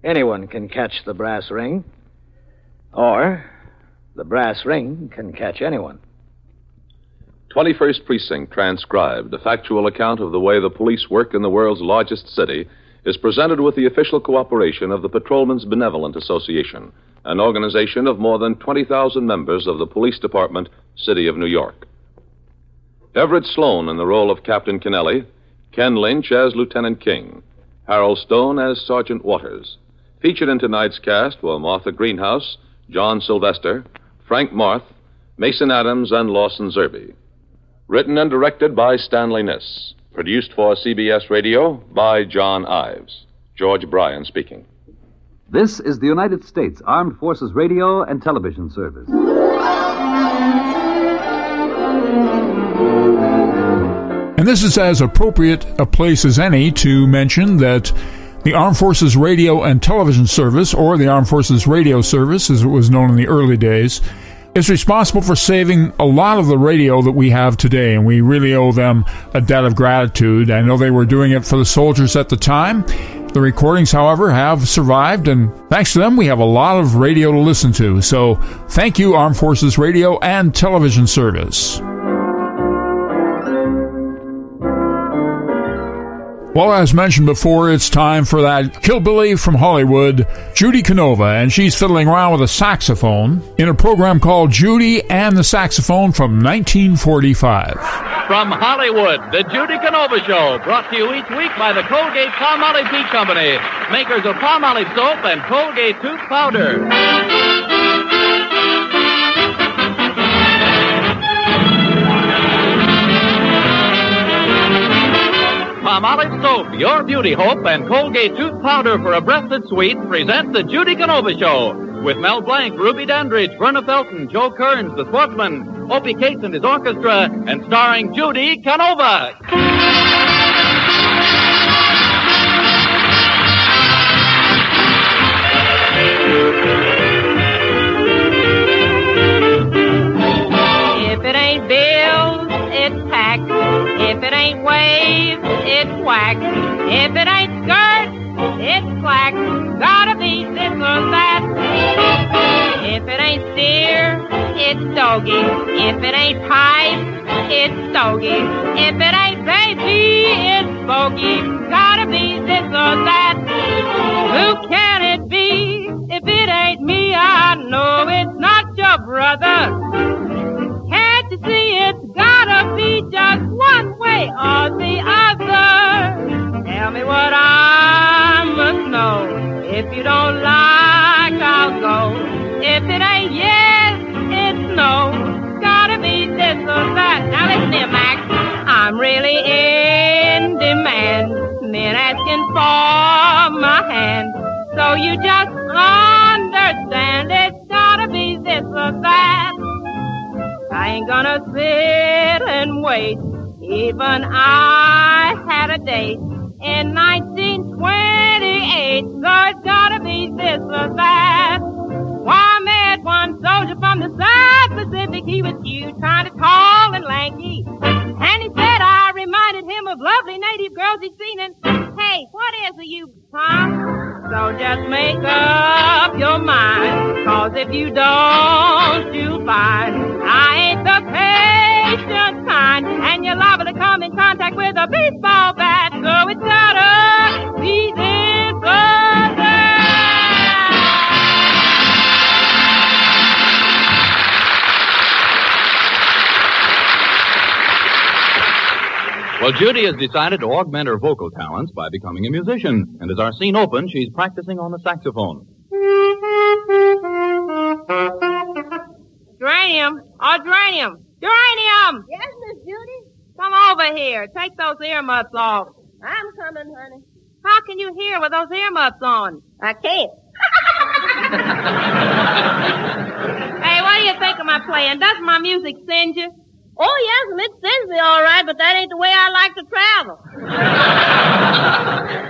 Speaker 4: Anyone can catch the brass ring, or the brass ring can catch anyone.
Speaker 5: 21st Precinct transcribed, a factual account of the way the police work in the world's largest city, is presented with the official cooperation of the Patrolmen's Benevolent Association, an organization of more than 20,000 members of the Police Department, City of New York. Everett Sloan in the role of Captain Kennelly, Ken Lynch as Lieutenant King, Harold Stone as Sergeant Waters. Featured in tonight's cast were Martha Greenhouse, John Sylvester, Frank Marth, Mason Adams, and Lawson Zerby. Written and directed by Stanley Niss. Produced for CBS Radio by John Ives. George Bryan speaking.
Speaker 17: This is the United States Armed Forces Radio and Television Service.
Speaker 2: And this is as appropriate a place as any to mention that the Armed Forces Radio and Television Service, or the Armed Forces Radio Service as it was known in the early days, is responsible for saving a lot of the radio that we have today, and we really owe them a debt of gratitude. I know they were doing it for the soldiers at the time. The recordings, however, have survived, and thanks to them, we have a lot of radio to listen to. So, thank you, Armed Forces Radio and Television Service. Well, as mentioned before, it's time for that Killbilly from Hollywood, Judy Canova, and she's fiddling around with a saxophone in a program called Judy and the Saxophone from 1945.
Speaker 18: From Hollywood, the Judy Canova Show, brought to you each week by the Colgate Palmolive Tea Company, makers of Palmolive soap and Colgate tooth powder. Palmolive soap, your beauty hope, and Colgate tooth powder for a breath that's sweet present the Judy Canova Show with Mel Blanc, Ruby Dandridge, Verna Felton, Joe Kearns, the Sportsman, Opie Cates and his orchestra, and starring Judy Canova.
Speaker 19: If it ain't bills, it's tax. If it ain't waves, it's wax. If it ain't skirts, it's flax. Gotta be this or that. If it ain't steer, it's stogie. If it ain't pipe, it's stogie. If it ain't baby, it's bogey. Gotta be this or that. Who can it be? If it ain't me, I know it's not your brother. Can't you see it's gotta be just one way or the other? Tell me what I must know. If you don't like, I'll go. If it ain't yes, it's no. Gotta be this or that. Now listen here, Max. I'm really in demand. Men asking for my hand. So you just understand it's gotta be this or that. I ain't gonna sit and wait. Even I had a date in 1928, so it's gotta be this or that. Why, I met one soldier from the South Pacific. He was huge, kind of tall and lanky. And he said I reminded him of lovely native girls he'd seen in. Hey, what is it you, Tom? So just make up your mind. Cause if you don't, you'll find I ain't the patient kind. And you're liable to come in contact with a baseball bat. So it's gotta be this or that.
Speaker 18: Well, Judy has decided to augment her vocal talents by becoming a musician, and as our scene opens, she's practicing on the saxophone.
Speaker 19: Geranium, oh, geranium, geranium!
Speaker 20: Yes, Miss Judy?
Speaker 19: Come over here. Take those earmuffs off.
Speaker 20: I'm coming, honey.
Speaker 19: How can you hear with those earmuffs on?
Speaker 20: I can't.
Speaker 19: Hey, what do you think of my playing? Doesn't my music send you?
Speaker 20: Oh, yes, and it sends me all right, but that ain't the way I like to travel.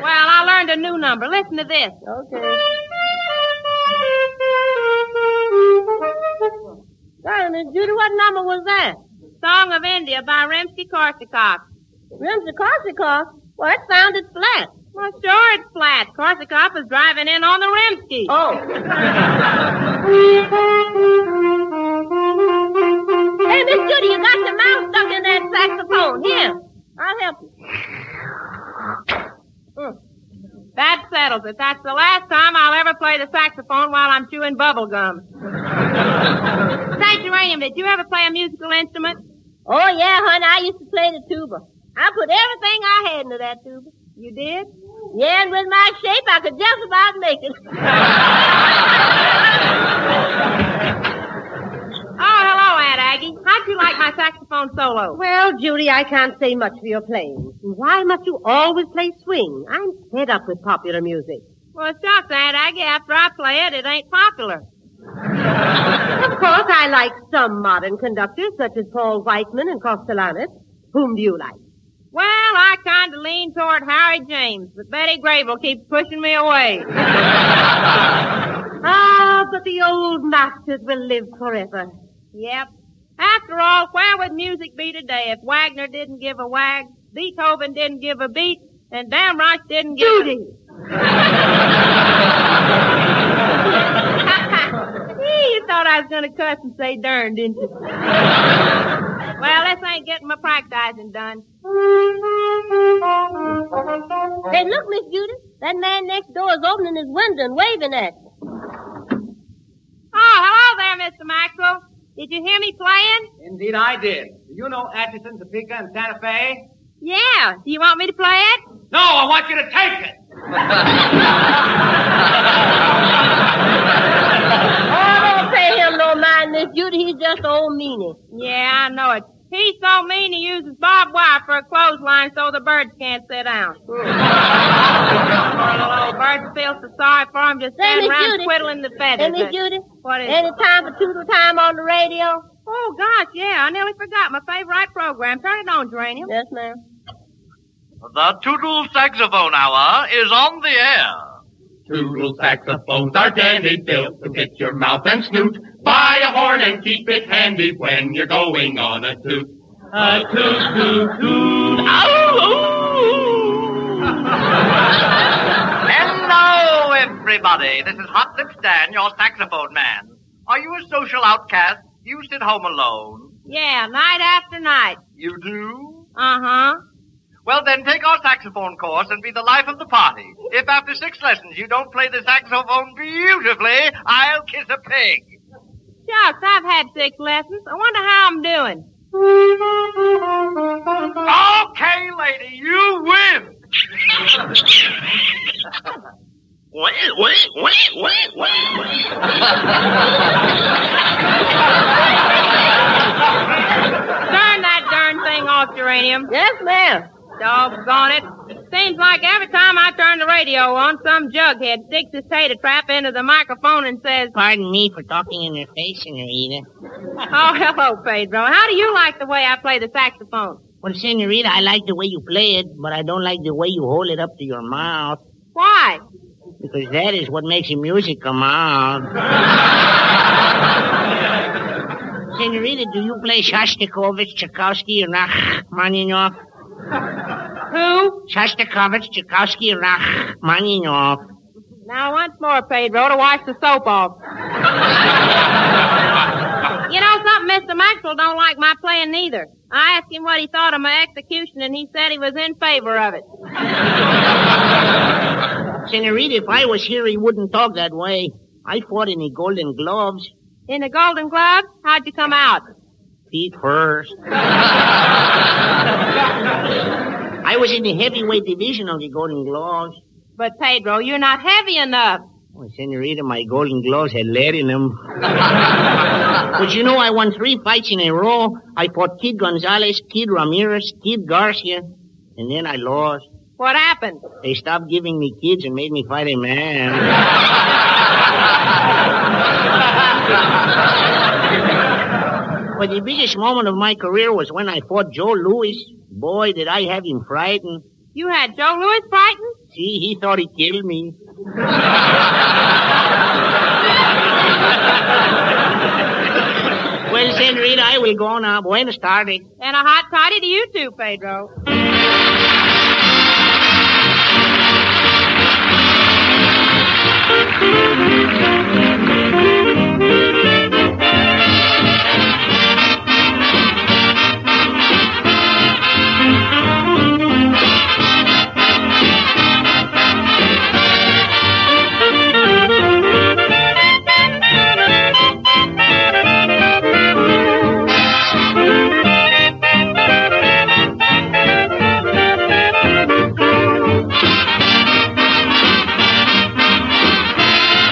Speaker 19: Well, I learned a new number. Listen to this.
Speaker 20: Okay. Sorry, Miss Judy, what number was that?
Speaker 19: Song of India by Rimsky-Korsakov.
Speaker 20: Rimsky-Korsakov? Well, that sounded flat.
Speaker 19: Well, sure it's flat. Korsakov is driving in on the Rimsky.
Speaker 20: Oh. Hey, Miss Judy, you got your mouth stuck in that saxophone. Here, I'll help you.
Speaker 19: That settles it. That's the last time I'll ever play the saxophone while I'm chewing bubble gum. Say, Geranium, did you ever play a musical instrument?
Speaker 20: Oh, yeah, honey, I used to play the tuba. I put everything I had into that tuba.
Speaker 19: You did?
Speaker 20: Yeah, and with my shape, I could just about make it.
Speaker 19: Oh, hello, Aunt Aggie. How'd you like my saxophone solo?
Speaker 20: Well, Judy, I can't say much for your playing. Why must you always play swing? I'm fed up with popular music.
Speaker 19: Well, shucks, Aunt Aggie. After I play it, it ain't popular.
Speaker 20: Of course, I like some modern conductors, such as Paul Whiteman and Costellanis. Whom do you like?
Speaker 19: Well, I kind of lean toward Harry James, but Betty Grable keeps pushing me away.
Speaker 20: Ah, but the old masters will live forever.
Speaker 19: Yep. After all, where would music be today if Wagner didn't give a wag, Beethoven didn't give a beat, and damn right didn't give
Speaker 21: Judy!
Speaker 19: you thought I was going to cuss and say darn, didn't you? well, this ain't getting my practicing done.
Speaker 20: Hey, look, Miss Judy. That man next door is opening his window and waving at you.
Speaker 19: Oh, hello there, Mr. Maxwell. Did you hear me playing?
Speaker 22: Indeed, I did. Do you know Atchison, Topeka, and Santa Fe?
Speaker 19: Yeah. Do you want me to play it?
Speaker 22: No, I want you to take it.
Speaker 20: Oh, don't pay him no mind, Miss Judy. He's just old meanie.
Speaker 19: Yeah, I know it. He's so mean he uses barbed wire for a clothesline so the birds can't sit down. Poor little old bird feels so sorry for him just
Speaker 20: Hey,
Speaker 19: standing
Speaker 20: Miss
Speaker 19: around
Speaker 20: Judy.
Speaker 19: twiddling the feathers.
Speaker 20: Hey, Miss
Speaker 19: Uh,
Speaker 20: Judy.
Speaker 19: What is it?
Speaker 20: Any time for toodle time on the radio?
Speaker 19: Oh, gosh, yeah. I nearly forgot my favorite program. Turn it on, Geranium.
Speaker 20: Yes, ma'am.
Speaker 23: The Toodle Saxophone Hour is on the air.
Speaker 12: Toodle saxophones are dandy built to fit your mouth and snoot. Buy a horn and keep it handy when you're going on a toot. A toot, toot, toot.
Speaker 24: Hello, everybody. This is Hot Lip Stan, your saxophone man. Are you a social outcast? You sit home alone.
Speaker 19: Yeah, night after night.
Speaker 24: You do?
Speaker 19: Uh-huh.
Speaker 24: Well, then take our saxophone course and be the life of the party. If after six lessons you don't play the saxophone beautifully, I'll kiss a pig.
Speaker 19: Shucks, I've had six lessons. I wonder how I'm doing.
Speaker 24: Okay, lady, you win.
Speaker 12: Wait, wait, wait, wait, wait,
Speaker 19: Turn that darn thing off, Geranium.
Speaker 20: Yes, ma'am.
Speaker 19: Doggone it. Seems like every time I turn the radio on, some jughead sticks his tater trap into the microphone and says,
Speaker 25: Pardon me for talking in your face, Senorita.
Speaker 19: Oh, hello, Pedro. How do you like the way I play the saxophone?
Speaker 25: Well, Senorita, I like the way you play it, but I don't like the way you hold it up to your mouth,
Speaker 19: Why?
Speaker 25: because that is what makes the music come out. Senorita, do you play Shostakovich, Tchaikovsky, and Rachmaninoff?
Speaker 19: Who?
Speaker 25: Shostakovich, Tchaikovsky, and Rachmaninoff.
Speaker 19: Now, once more, Pedro, to wash the soap off. you know something, Mr. Maxwell don't like my playing neither. I asked him what he thought of my execution, and he said he was in favor of it.
Speaker 25: Senorita, if I was here, he wouldn't talk that way. I fought in the Golden Gloves.
Speaker 19: In the Golden Gloves, how'd you come out?
Speaker 25: Feet first. I was in the heavyweight division of the Golden Gloves.
Speaker 19: But Pedro, you're not heavy enough.
Speaker 25: Well, Senorita, my Golden Gloves had lead in them. but you know, I won three fights in a row. I fought Kid Gonzalez, Kid Ramirez, Kid Garcia, and then I lost.
Speaker 19: What happened?
Speaker 25: They stopped giving me kids and made me fight a man. but the biggest moment of my career was when I fought Joe Louis. Boy, did I have him frightened.
Speaker 19: You had Joe Louis frightened?
Speaker 25: See, he thought he killed me. well, Senorita, I will go now. Buenas tardes.
Speaker 19: And a hot toddy to you too, Pedro.
Speaker 12: wait.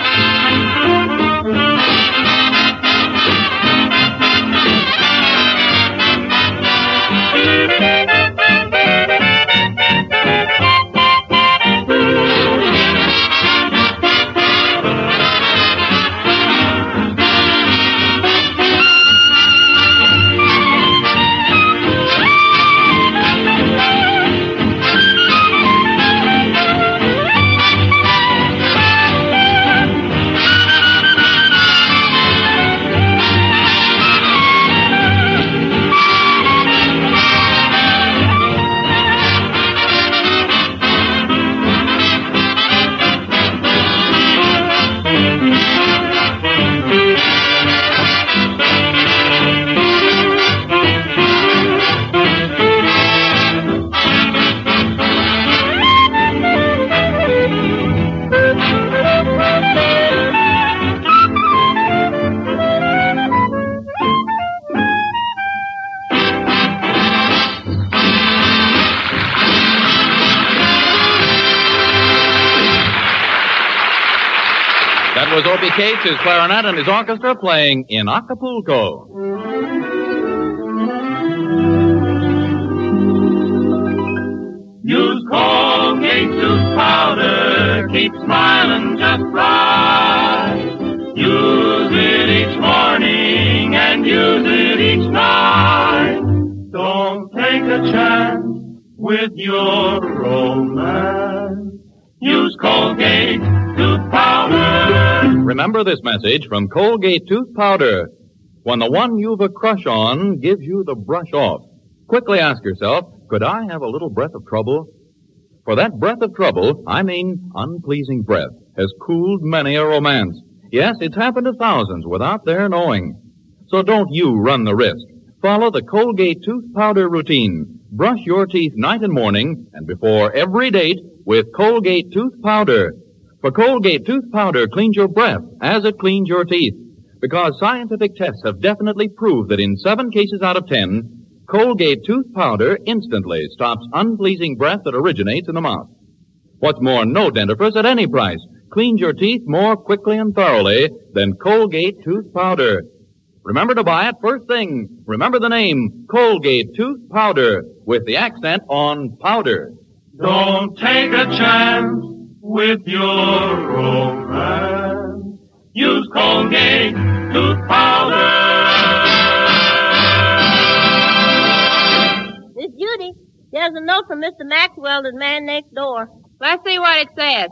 Speaker 18: Cates, his clarinet, and his orchestra playing in Acapulco.
Speaker 12: Use Colgate tooth powder, keep smiling just right. Use it each morning and use it each night. Don't take a chance with your romance. Use Colgate tooth powder.
Speaker 18: Remember this message from Colgate Tooth Powder. When the one you've a crush on gives you the brush off, quickly ask yourself, could I have a little breath of trouble? For that breath of trouble, I mean unpleasing breath, has cooled many a romance. Yes, it's happened to thousands without their knowing. So don't you run the risk. Follow the Colgate Tooth Powder routine. Brush your teeth night and morning and before every date with Colgate Tooth Powder. For Colgate tooth powder cleans your breath as it cleans your teeth. Because scientific tests have definitely proved that in seven cases out of ten, Colgate tooth powder instantly stops unpleasing breath that originates in the mouth. What's more, no dentifrice at any price cleans your teeth more quickly and thoroughly than Colgate tooth powder. Remember to buy it first thing. Remember the name, Colgate tooth powder, with the accent on powder.
Speaker 12: Don't take a chance with your romance. Use Colgate tooth powder.
Speaker 19: Miss Judy, there's a note from Mr. Maxwell and man next door. Let's see what it says.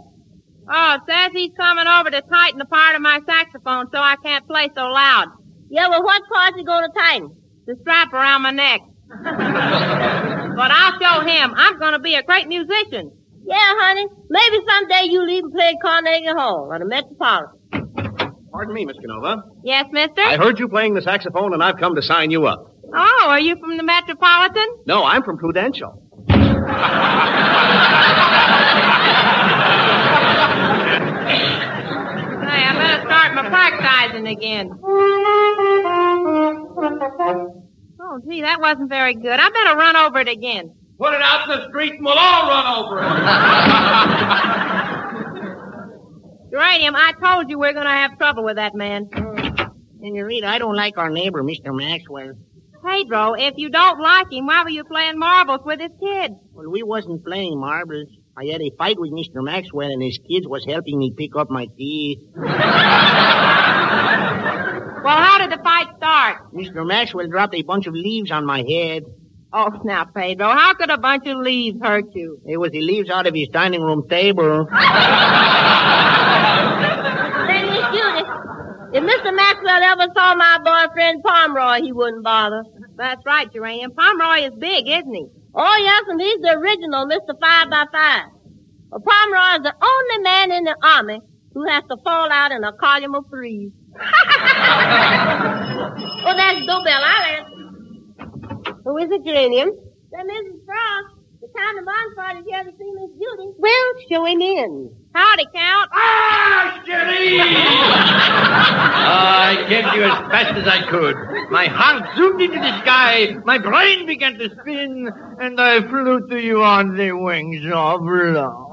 Speaker 19: Oh, it says he's coming over to tighten the part of my saxophone so I can't play so loud. Yeah, well, what part you going to tighten? The strap around my neck. but I'll show him. I'm going to be a great musician. Yeah, honey. Maybe someday you'll even play at Carnegie Hall or the Metropolitan.
Speaker 24: Pardon me, Miss Canova.
Speaker 19: Yes, mister?
Speaker 24: I heard you playing the saxophone, and I've come to sign you up.
Speaker 19: Oh, are you from the Metropolitan?
Speaker 24: No, I'm from Prudential.
Speaker 19: Say, I better start my practicing again. Oh, gee, that wasn't very good. I better run over it again.
Speaker 26: Put it out in the street and we'll all run over it.
Speaker 19: Uranium, I told you we're going to have trouble with that man.
Speaker 25: And you read, I don't like our neighbor, Mr. Maxwell.
Speaker 19: Pedro, if you don't like him, why were you playing marbles with his kid?
Speaker 25: Well, we wasn't playing marbles. I had a fight with Mr. Maxwell, and his kids was helping me pick up my teeth.
Speaker 19: Well, how did the fight start?
Speaker 25: Mr. Maxwell dropped a bunch of leaves on my head.
Speaker 19: Oh, now, Pedro, how could a bunch of leaves hurt you?
Speaker 25: It was the leaves out of his dining room table.
Speaker 19: Then Miss Judy, if Mr. Maxwell ever saw my boyfriend Pomeroy, he wouldn't bother. That's right, Uranium. Pomeroy is big, isn't he? Oh, yes, and he's the original Mr. Five by Five. Well, Pomeroy is the only man in the army who has to fall out in a column of threes. oh, that's doorbell. I'll answer. Who is it, Geranium? That Mrs. Frost, the town of Bonfort is here to see Miss Judy. Well, show him in. Howdy, Count.
Speaker 26: Ah, Judy!
Speaker 24: I get you as fast as I could. My heart zoomed into the sky, my brain began to spin, and I flew to you on the wings of love.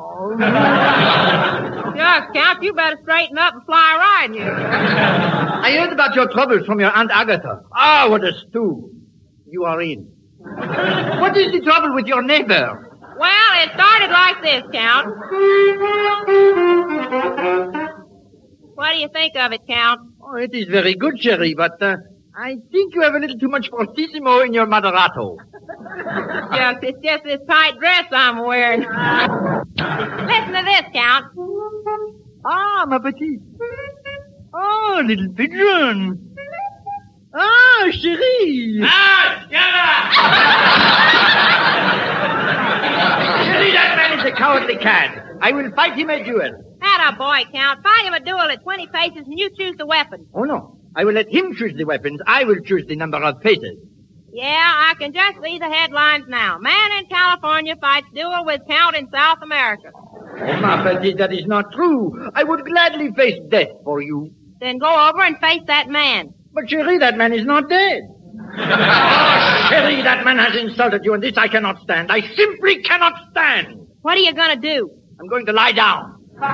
Speaker 19: Shucks, Count, you better straighten up and fly right here.
Speaker 24: I heard about your troubles from your Aunt Agatha. Ah, what a stew. You are in. what is the trouble with your neighbor?
Speaker 19: well, it started like this, Count. What do you think of it, Count?
Speaker 24: Oh, it is very good, Jerry, but uh, I think you have a little too much fortissimo in your moderato.
Speaker 19: Shucks, it's just this tight dress I'm wearing. Listen to this, Count.
Speaker 24: Ah, ma petite. Oh, little pigeon. Ah, chérie.
Speaker 26: Ah, shut up!
Speaker 24: Chérie, that man is a cowardly cad. I will fight him a duel.
Speaker 19: Had a boy, Count. Fight him a duel at 20 paces and you choose the weapon.
Speaker 24: Oh, no. I will let him choose the weapons. I will choose the number of paces.
Speaker 19: Yeah, I can just see the headlines now. Man in California fights duel with Count in South America.
Speaker 24: Oh, ma petite, that is not true. I would gladly face death for you.
Speaker 19: Then go over and face that man.
Speaker 24: But Chérie, that man is not dead. oh, Chérie, that man has insulted you, and this I cannot stand. I simply cannot stand.
Speaker 19: What are you gonna do?
Speaker 24: I'm going to lie down.
Speaker 19: Miss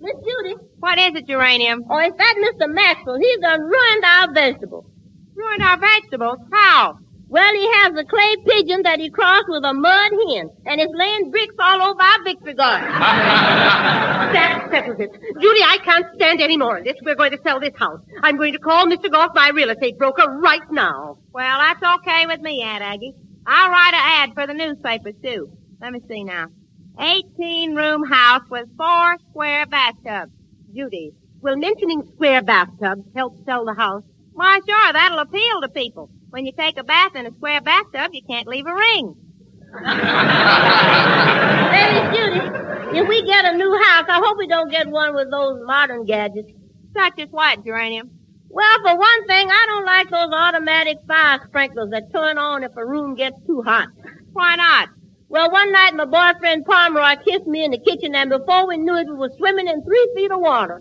Speaker 19: Miss Judy. What is it, Uranium? Oh, it's that Mr. Maxwell. He's done ruined our vegetables. Ruined our vegetables? How? Well, he has a clay pigeon that he crossed with a mud hen, and is laying bricks all
Speaker 20: Oh,
Speaker 19: over our victory garden.
Speaker 20: That settles it. Julie, I can't stand any more of this. We're going to sell this house. I'm going to call Mr. Goff, my real estate broker, right now.
Speaker 19: Well, that's okay with me, Aunt Aggie. I'll write an ad for the newspaper, too. Let me see now. 18 room house with four square bathtubs. Judy.
Speaker 20: Will mentioning square bathtubs help sell the house?
Speaker 19: Why, sure, that'll appeal to people. When you take a bath in a square bathtub, you can't leave a ring. Baby Judy, if we get a new house, I hope we don't get one with those modern gadgets. Such as what, Geranium? Well, for one thing, I don't like those automatic fire sprinklers that turn on if a room gets too hot. Why not? Well, one night my boyfriend Pomeroy kissed me in the kitchen, and before we knew it, we were swimming in three feet of water.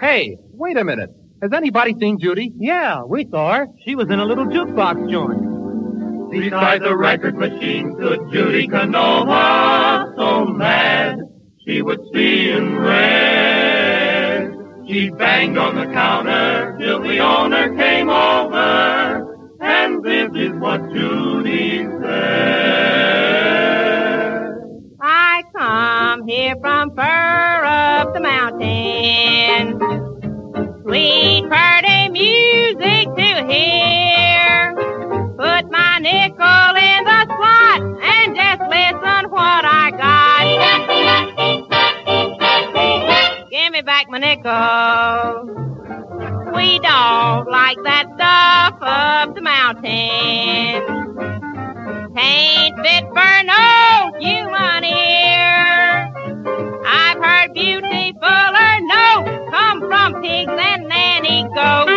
Speaker 10: Hey, wait a minute. Has anybody seen Judy? Yeah, we saw her. She was in a little jukebox joint.
Speaker 12: Beside the record machine stood Judy Canova, so mad she was seeing red. She banged on the counter till the owner came over, and this is what Judy said.
Speaker 19: I come here from far up the mountain. Sweet pretty music to hear. Put my nickel in the slot and just listen what I got. Give me back my nickel. We don't like that stuff up the mountain. Tain't oh, fit for no human ear. I've heard beautifuler notes come from pigs and nanny goats.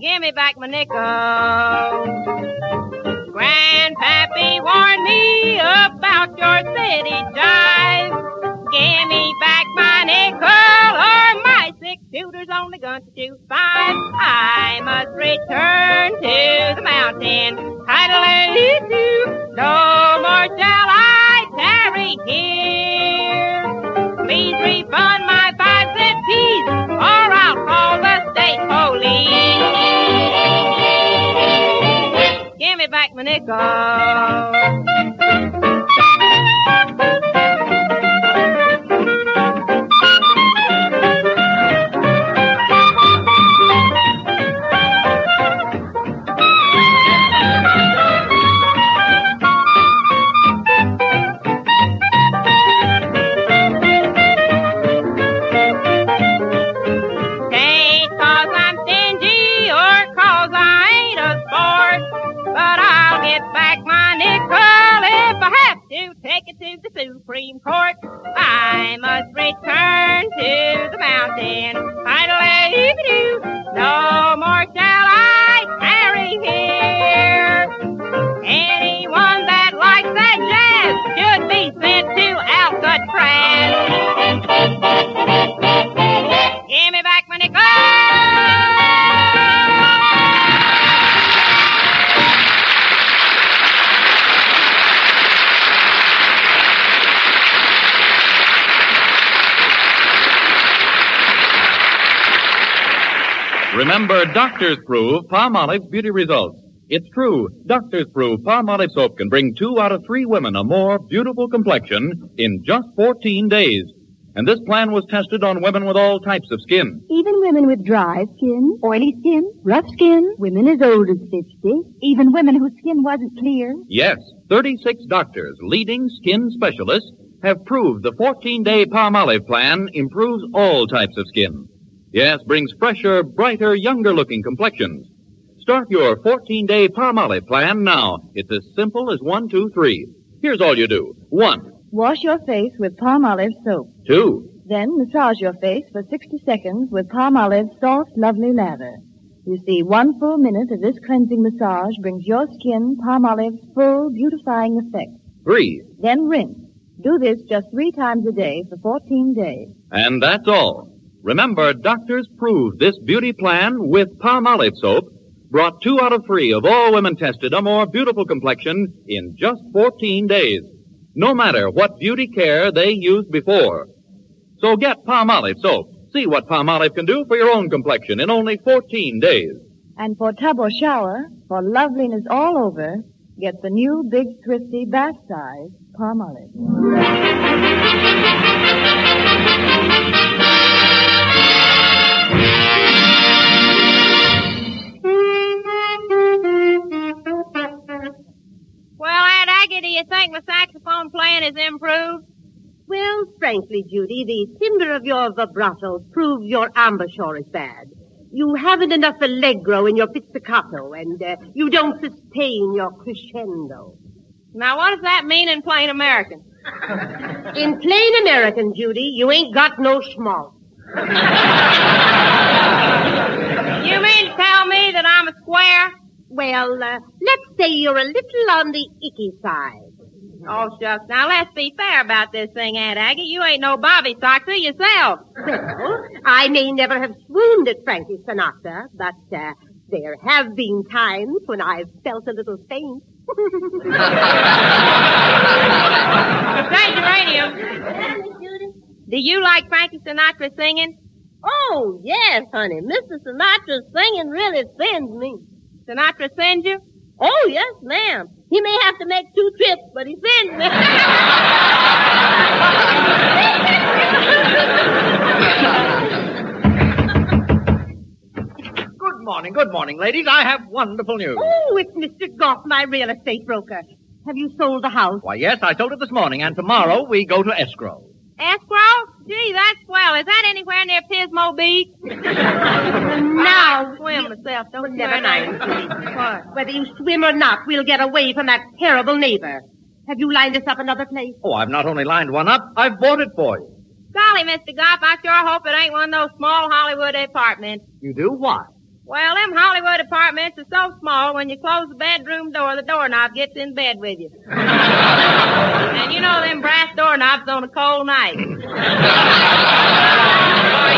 Speaker 19: Give me back my nickel. Grandpappy warned me about your city drive. Give me back my nickel or my six shooters only going to shoot five. I must return to the mountain. Hallelujah. No more shall I tarry here. Please refund my five cent piece or I'll call the state police. Give me back my nickel. Tain't cause I'm stingy or cause I ain't a sport. But I'll get back my nickel if I have to take it to the Supreme Court. I must return to the mountain. I do No more shall I tarry here. Anyone that likes that jazz should be sent to Alcatraz. Give me back my nickel!
Speaker 18: Remember, doctors prove palm olive beauty results. It's true. Doctors prove palm olive soap can bring two out of three women a more beautiful complexion in just 14 days. And this plan was tested on women with all types of skin.
Speaker 11: Even women with dry skin, oily skin, rough skin, women as old as 50, even women whose skin wasn't clear.
Speaker 18: Yes, 36 doctors, leading skin specialists, have proved the 14 day palm olive plan improves all types of skin. Yes, brings fresher, brighter, younger looking complexions. Start your 14 day palm olive plan now. It's as simple as one, two, three. Here's all you do. One,
Speaker 11: Wash your face with palm olive soap.
Speaker 18: two,
Speaker 11: Then massage your face for 60 seconds with palm olive soft, lovely lather. You see, one full minute of this cleansing massage brings your skin palm olive's full, beautifying effect.
Speaker 18: three.
Speaker 11: Then rinse. Do this just three times a day for 14 days.
Speaker 18: And that's all. Remember, doctors proved this beauty plan with palm olive soap brought two out of three of all women tested a more beautiful complexion in just 14 days, no matter what beauty care they used before. So get palm olive soap. See what palm olive can do for your own complexion in only 14 days.
Speaker 11: And for tub or shower, for loveliness all over, get the new Big Thrifty bath size palm olive.
Speaker 19: Well, Aunt Aggie, do you think my saxophone playing is improved?
Speaker 20: Well, frankly, Judy, the timbre of your vibrato proves your embouchure is bad. You haven't enough allegro in your pizzicato, and uh, you don't sustain your crescendo.
Speaker 19: Now, what does that mean in plain American?
Speaker 20: In plain American, Judy, you ain't got no schmaltz.
Speaker 19: You mean to tell me that I'm a square?
Speaker 20: Well, uh, let's say you're a little on the icky side.
Speaker 19: Oh, shucks. Now, let's be fair about this thing, Aunt Aggie. You ain't no Bobby Soxer yourself.
Speaker 20: Well, I may never have swooned at Frankie Sinatra, but uh, there have been times when I've felt a little faint.
Speaker 19: Say, Geranium, do you like Frankie Sinatra singing? Oh, yes, honey. Mr. Sinatra's singing really sends me. Sinatra sends you? Oh, yes, ma'am. He may have to make two trips, but he sends me.
Speaker 24: Good morning, good morning, ladies. I have wonderful news.
Speaker 20: Oh, it's Mr. Goff, my real estate broker. Have you sold the house?
Speaker 24: Why, yes, I sold it this morning, and tomorrow we go to escrow.
Speaker 19: Escrow? Gee, that's swell. Is that anywhere near Pismo Beach?
Speaker 20: now,
Speaker 19: swim myself. Don't
Speaker 20: Never
Speaker 19: worry.
Speaker 20: mind. Judy. Whether you swim or not, we'll get away from that terrible neighbor. Have you lined us up another place?
Speaker 24: Oh, I've not only lined one up, I've bought it for you.
Speaker 19: Golly, Mr. Goff, I sure hope it ain't one of those small Hollywood apartments.
Speaker 24: You do? Why?
Speaker 19: Well, them Hollywood apartments are so small, when you close the bedroom door, the doorknob gets in bed with you. and you know them brass doorknobs on a cold night. Boy,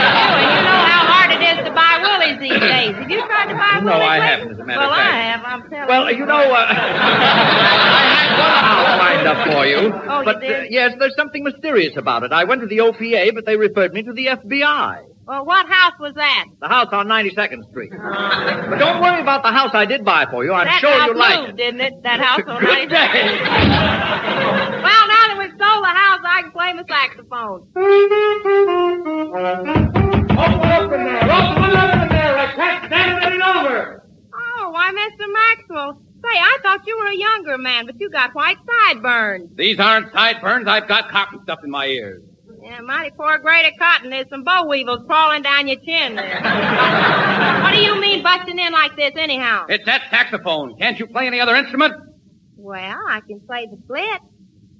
Speaker 19: you do, and you know how hard it is to buy woolies these days. Have you tried to buy
Speaker 24: No,
Speaker 19: woolies?
Speaker 24: I
Speaker 19: lately?
Speaker 24: haven't, as a matter
Speaker 19: well,
Speaker 24: of fact.
Speaker 19: I have, I'm telling
Speaker 24: Well, you know, uh, I had one house lined up for you.
Speaker 19: Oh, you
Speaker 24: but,
Speaker 19: did?
Speaker 24: Uh, yes, there's something mysterious about it. I went to the OPA, but they referred me to the FBI.
Speaker 19: Well, what house was that?
Speaker 24: The house on 92nd Street. but don't worry about the house I did buy for you. I'm
Speaker 19: Ah. that
Speaker 24: sure
Speaker 19: house
Speaker 24: you like
Speaker 19: moved,
Speaker 24: it.
Speaker 19: didn't it? That house on
Speaker 24: Good
Speaker 19: 92nd. well, now that we've sold the house, I can play my saxophone.
Speaker 12: Open there! Open up in there! I can't stand it any longer!
Speaker 19: Oh, why, Mr. Maxwell. Say, I thought you were a younger man, but you got white sideburns.
Speaker 9: These aren't sideburns. I've got cotton stuff in my ears.
Speaker 19: Yeah, mighty poor grade of cotton. There's some boll weevils crawling down your chin there. what do you mean busting in like this anyhow?
Speaker 9: It's that saxophone. Can't you play any other instrument?
Speaker 19: Well, I can play the flit.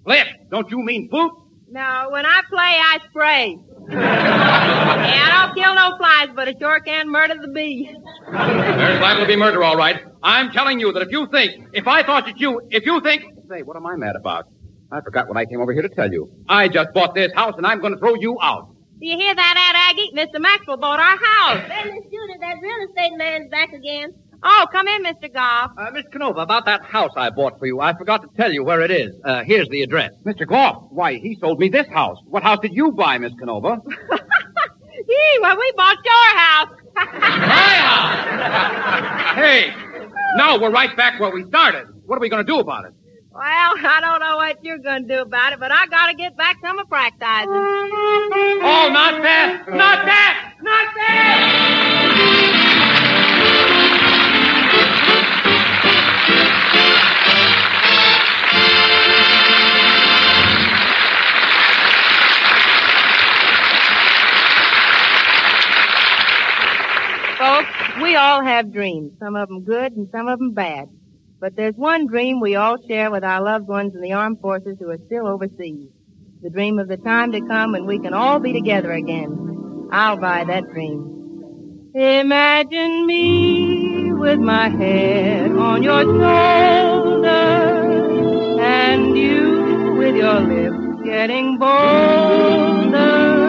Speaker 9: Flip. Don't you mean flute?
Speaker 19: No, when I play, I spray. yeah, I don't kill no flies, but I sure can murder the bee.
Speaker 9: There's liable to be murder, all right. I'm telling you that if you think, if I thought that you, if you think, say, what am I mad about? I forgot what I came over here to tell you. I just bought this house and I'm going to throw you out.
Speaker 19: Do you hear that, Aunt Aggie? Mr. Maxwell bought our house. Hey, Miss Judy, that real estate man's back again.
Speaker 24: Oh,
Speaker 19: come in, Mr. Goff.
Speaker 24: Uh, Miss Canova, about that house I bought for you, I forgot to tell you where it is. Uh, here's the address.
Speaker 9: Mr. Goff, why, he sold me this house. What house did you buy, Miss Canova?
Speaker 19: Gee, well, we bought your house.
Speaker 9: hey, now we're right back where we started. What are we going to do about it?
Speaker 19: Well, I don't know what you're going to do about it, but I got to get back to my practicing. Oh,
Speaker 9: not that. Not that.
Speaker 19: Not that. Folks, we all have dreams, some of them good and some of them bad. But there's one dream we all share with our loved ones in the armed forces who are still overseas. The dream of the time to come when we can all be together again. I'll buy that dream. Imagine me with my head on your shoulder and you with your lips getting bolder.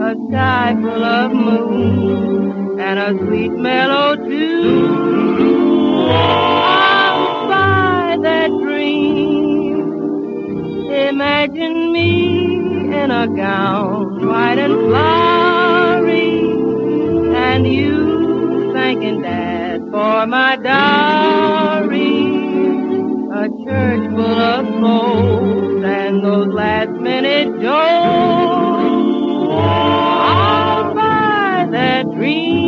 Speaker 19: A sky full of
Speaker 12: of moon and a sweet mellow tune. I'll buy that dream. Imagine me in a gown, white and flowery, and you thanking Dad for my dowry. A church full of souls and those last minute jokes. I'll buy that dream.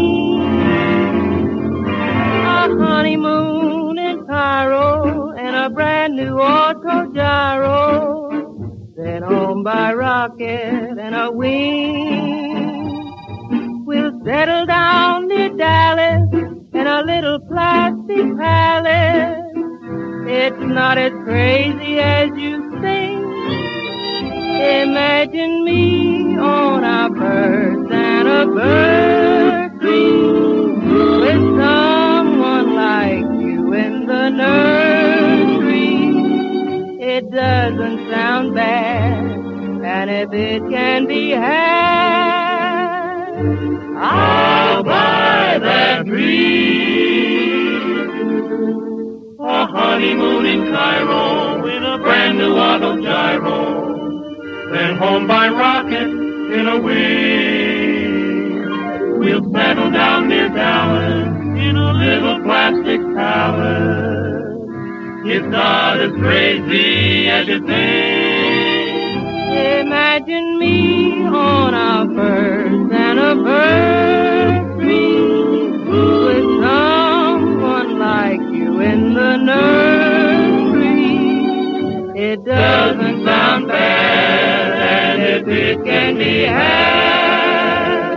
Speaker 12: A honeymoon in Cairo and a brand new auto gyro. Then home by rocket and a wing. We'll settle down near Dallas in a little plastic palace. It's not as crazy as you think. Imagine me on a bird and a Berkeley with someone like you in the nursery. It doesn't sound bad, and if it can be had, I'll buy that dream.
Speaker 27: A honeymoon in Cairo in a brand new auto gyro. Then home by rocket in a wing. We'll settle down near Dallas in a little plastic palace. It's not as crazy as you think.
Speaker 12: Imagine me on a bird's anniversary with someone like you in the nursery. It doesn't sound bad, and if it can be had,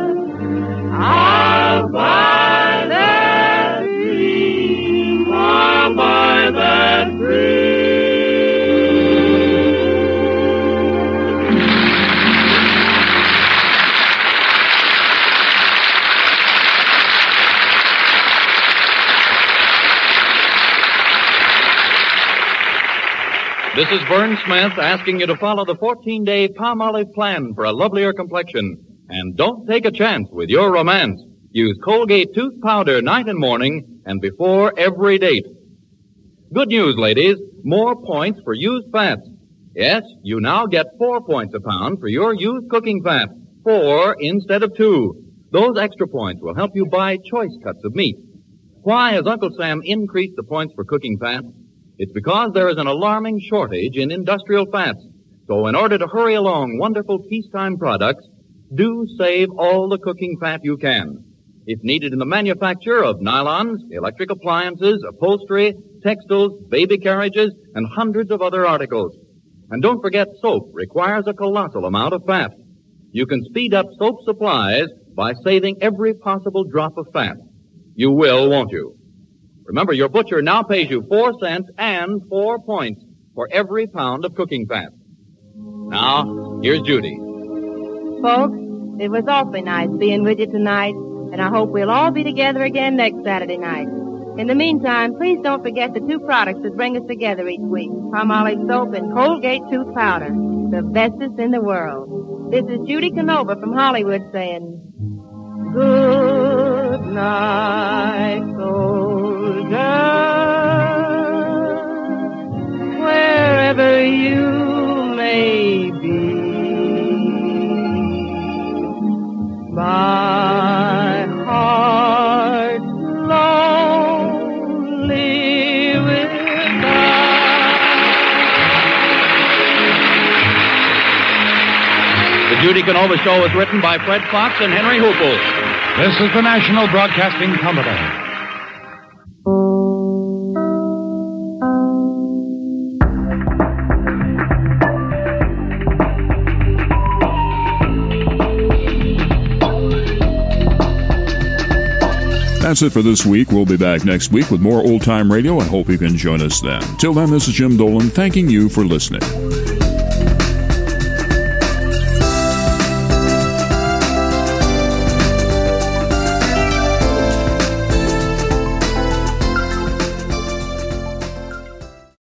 Speaker 12: I'll buy that dream. I'll buy that
Speaker 18: This is Vern Smith asking you to follow the 14 day palm olive plan for a lovelier complexion. And don't take a chance with your romance. Use Colgate tooth powder night and morning and before every date. Good news, ladies. More points for used fats. Yes, you now get four points a pound for your used cooking fat. Four instead of two. Those extra points will help you buy choice cuts of meat. Why has Uncle Sam increased the points for cooking fat? It's because there is an alarming shortage in industrial fats. So in order to hurry along wonderful peacetime products, do save all the cooking fat you can. If needed in the manufacture of nylons, electric appliances, upholstery, textiles, baby carriages, and hundreds of other articles. And don't forget soap requires a colossal amount of fat. You can speed up soap supplies by saving every possible drop of fat. You will, won't you? Remember, your butcher now pays you four cents and four points for every pound of cooking fat. Now, here's Judy.
Speaker 19: Folks, it was awfully nice being with you tonight, and I hope we'll all be together again next Saturday night. In the meantime, please don't forget the two products that bring us together each week palm olive soap and Colgate tooth powder, the bestest in the world. This is Judy Canova from Hollywood saying, Good night, soldier, wherever you may be. My heart lonely
Speaker 18: The Judy Canova Show is written by Fred Fox and Henry Hoople.
Speaker 28: This is the National Broadcasting Company.
Speaker 2: That's it for this week. We'll be back next week with more old time radio. I hope you can join us then. Till then, this is Jim Dolan thanking you for listening.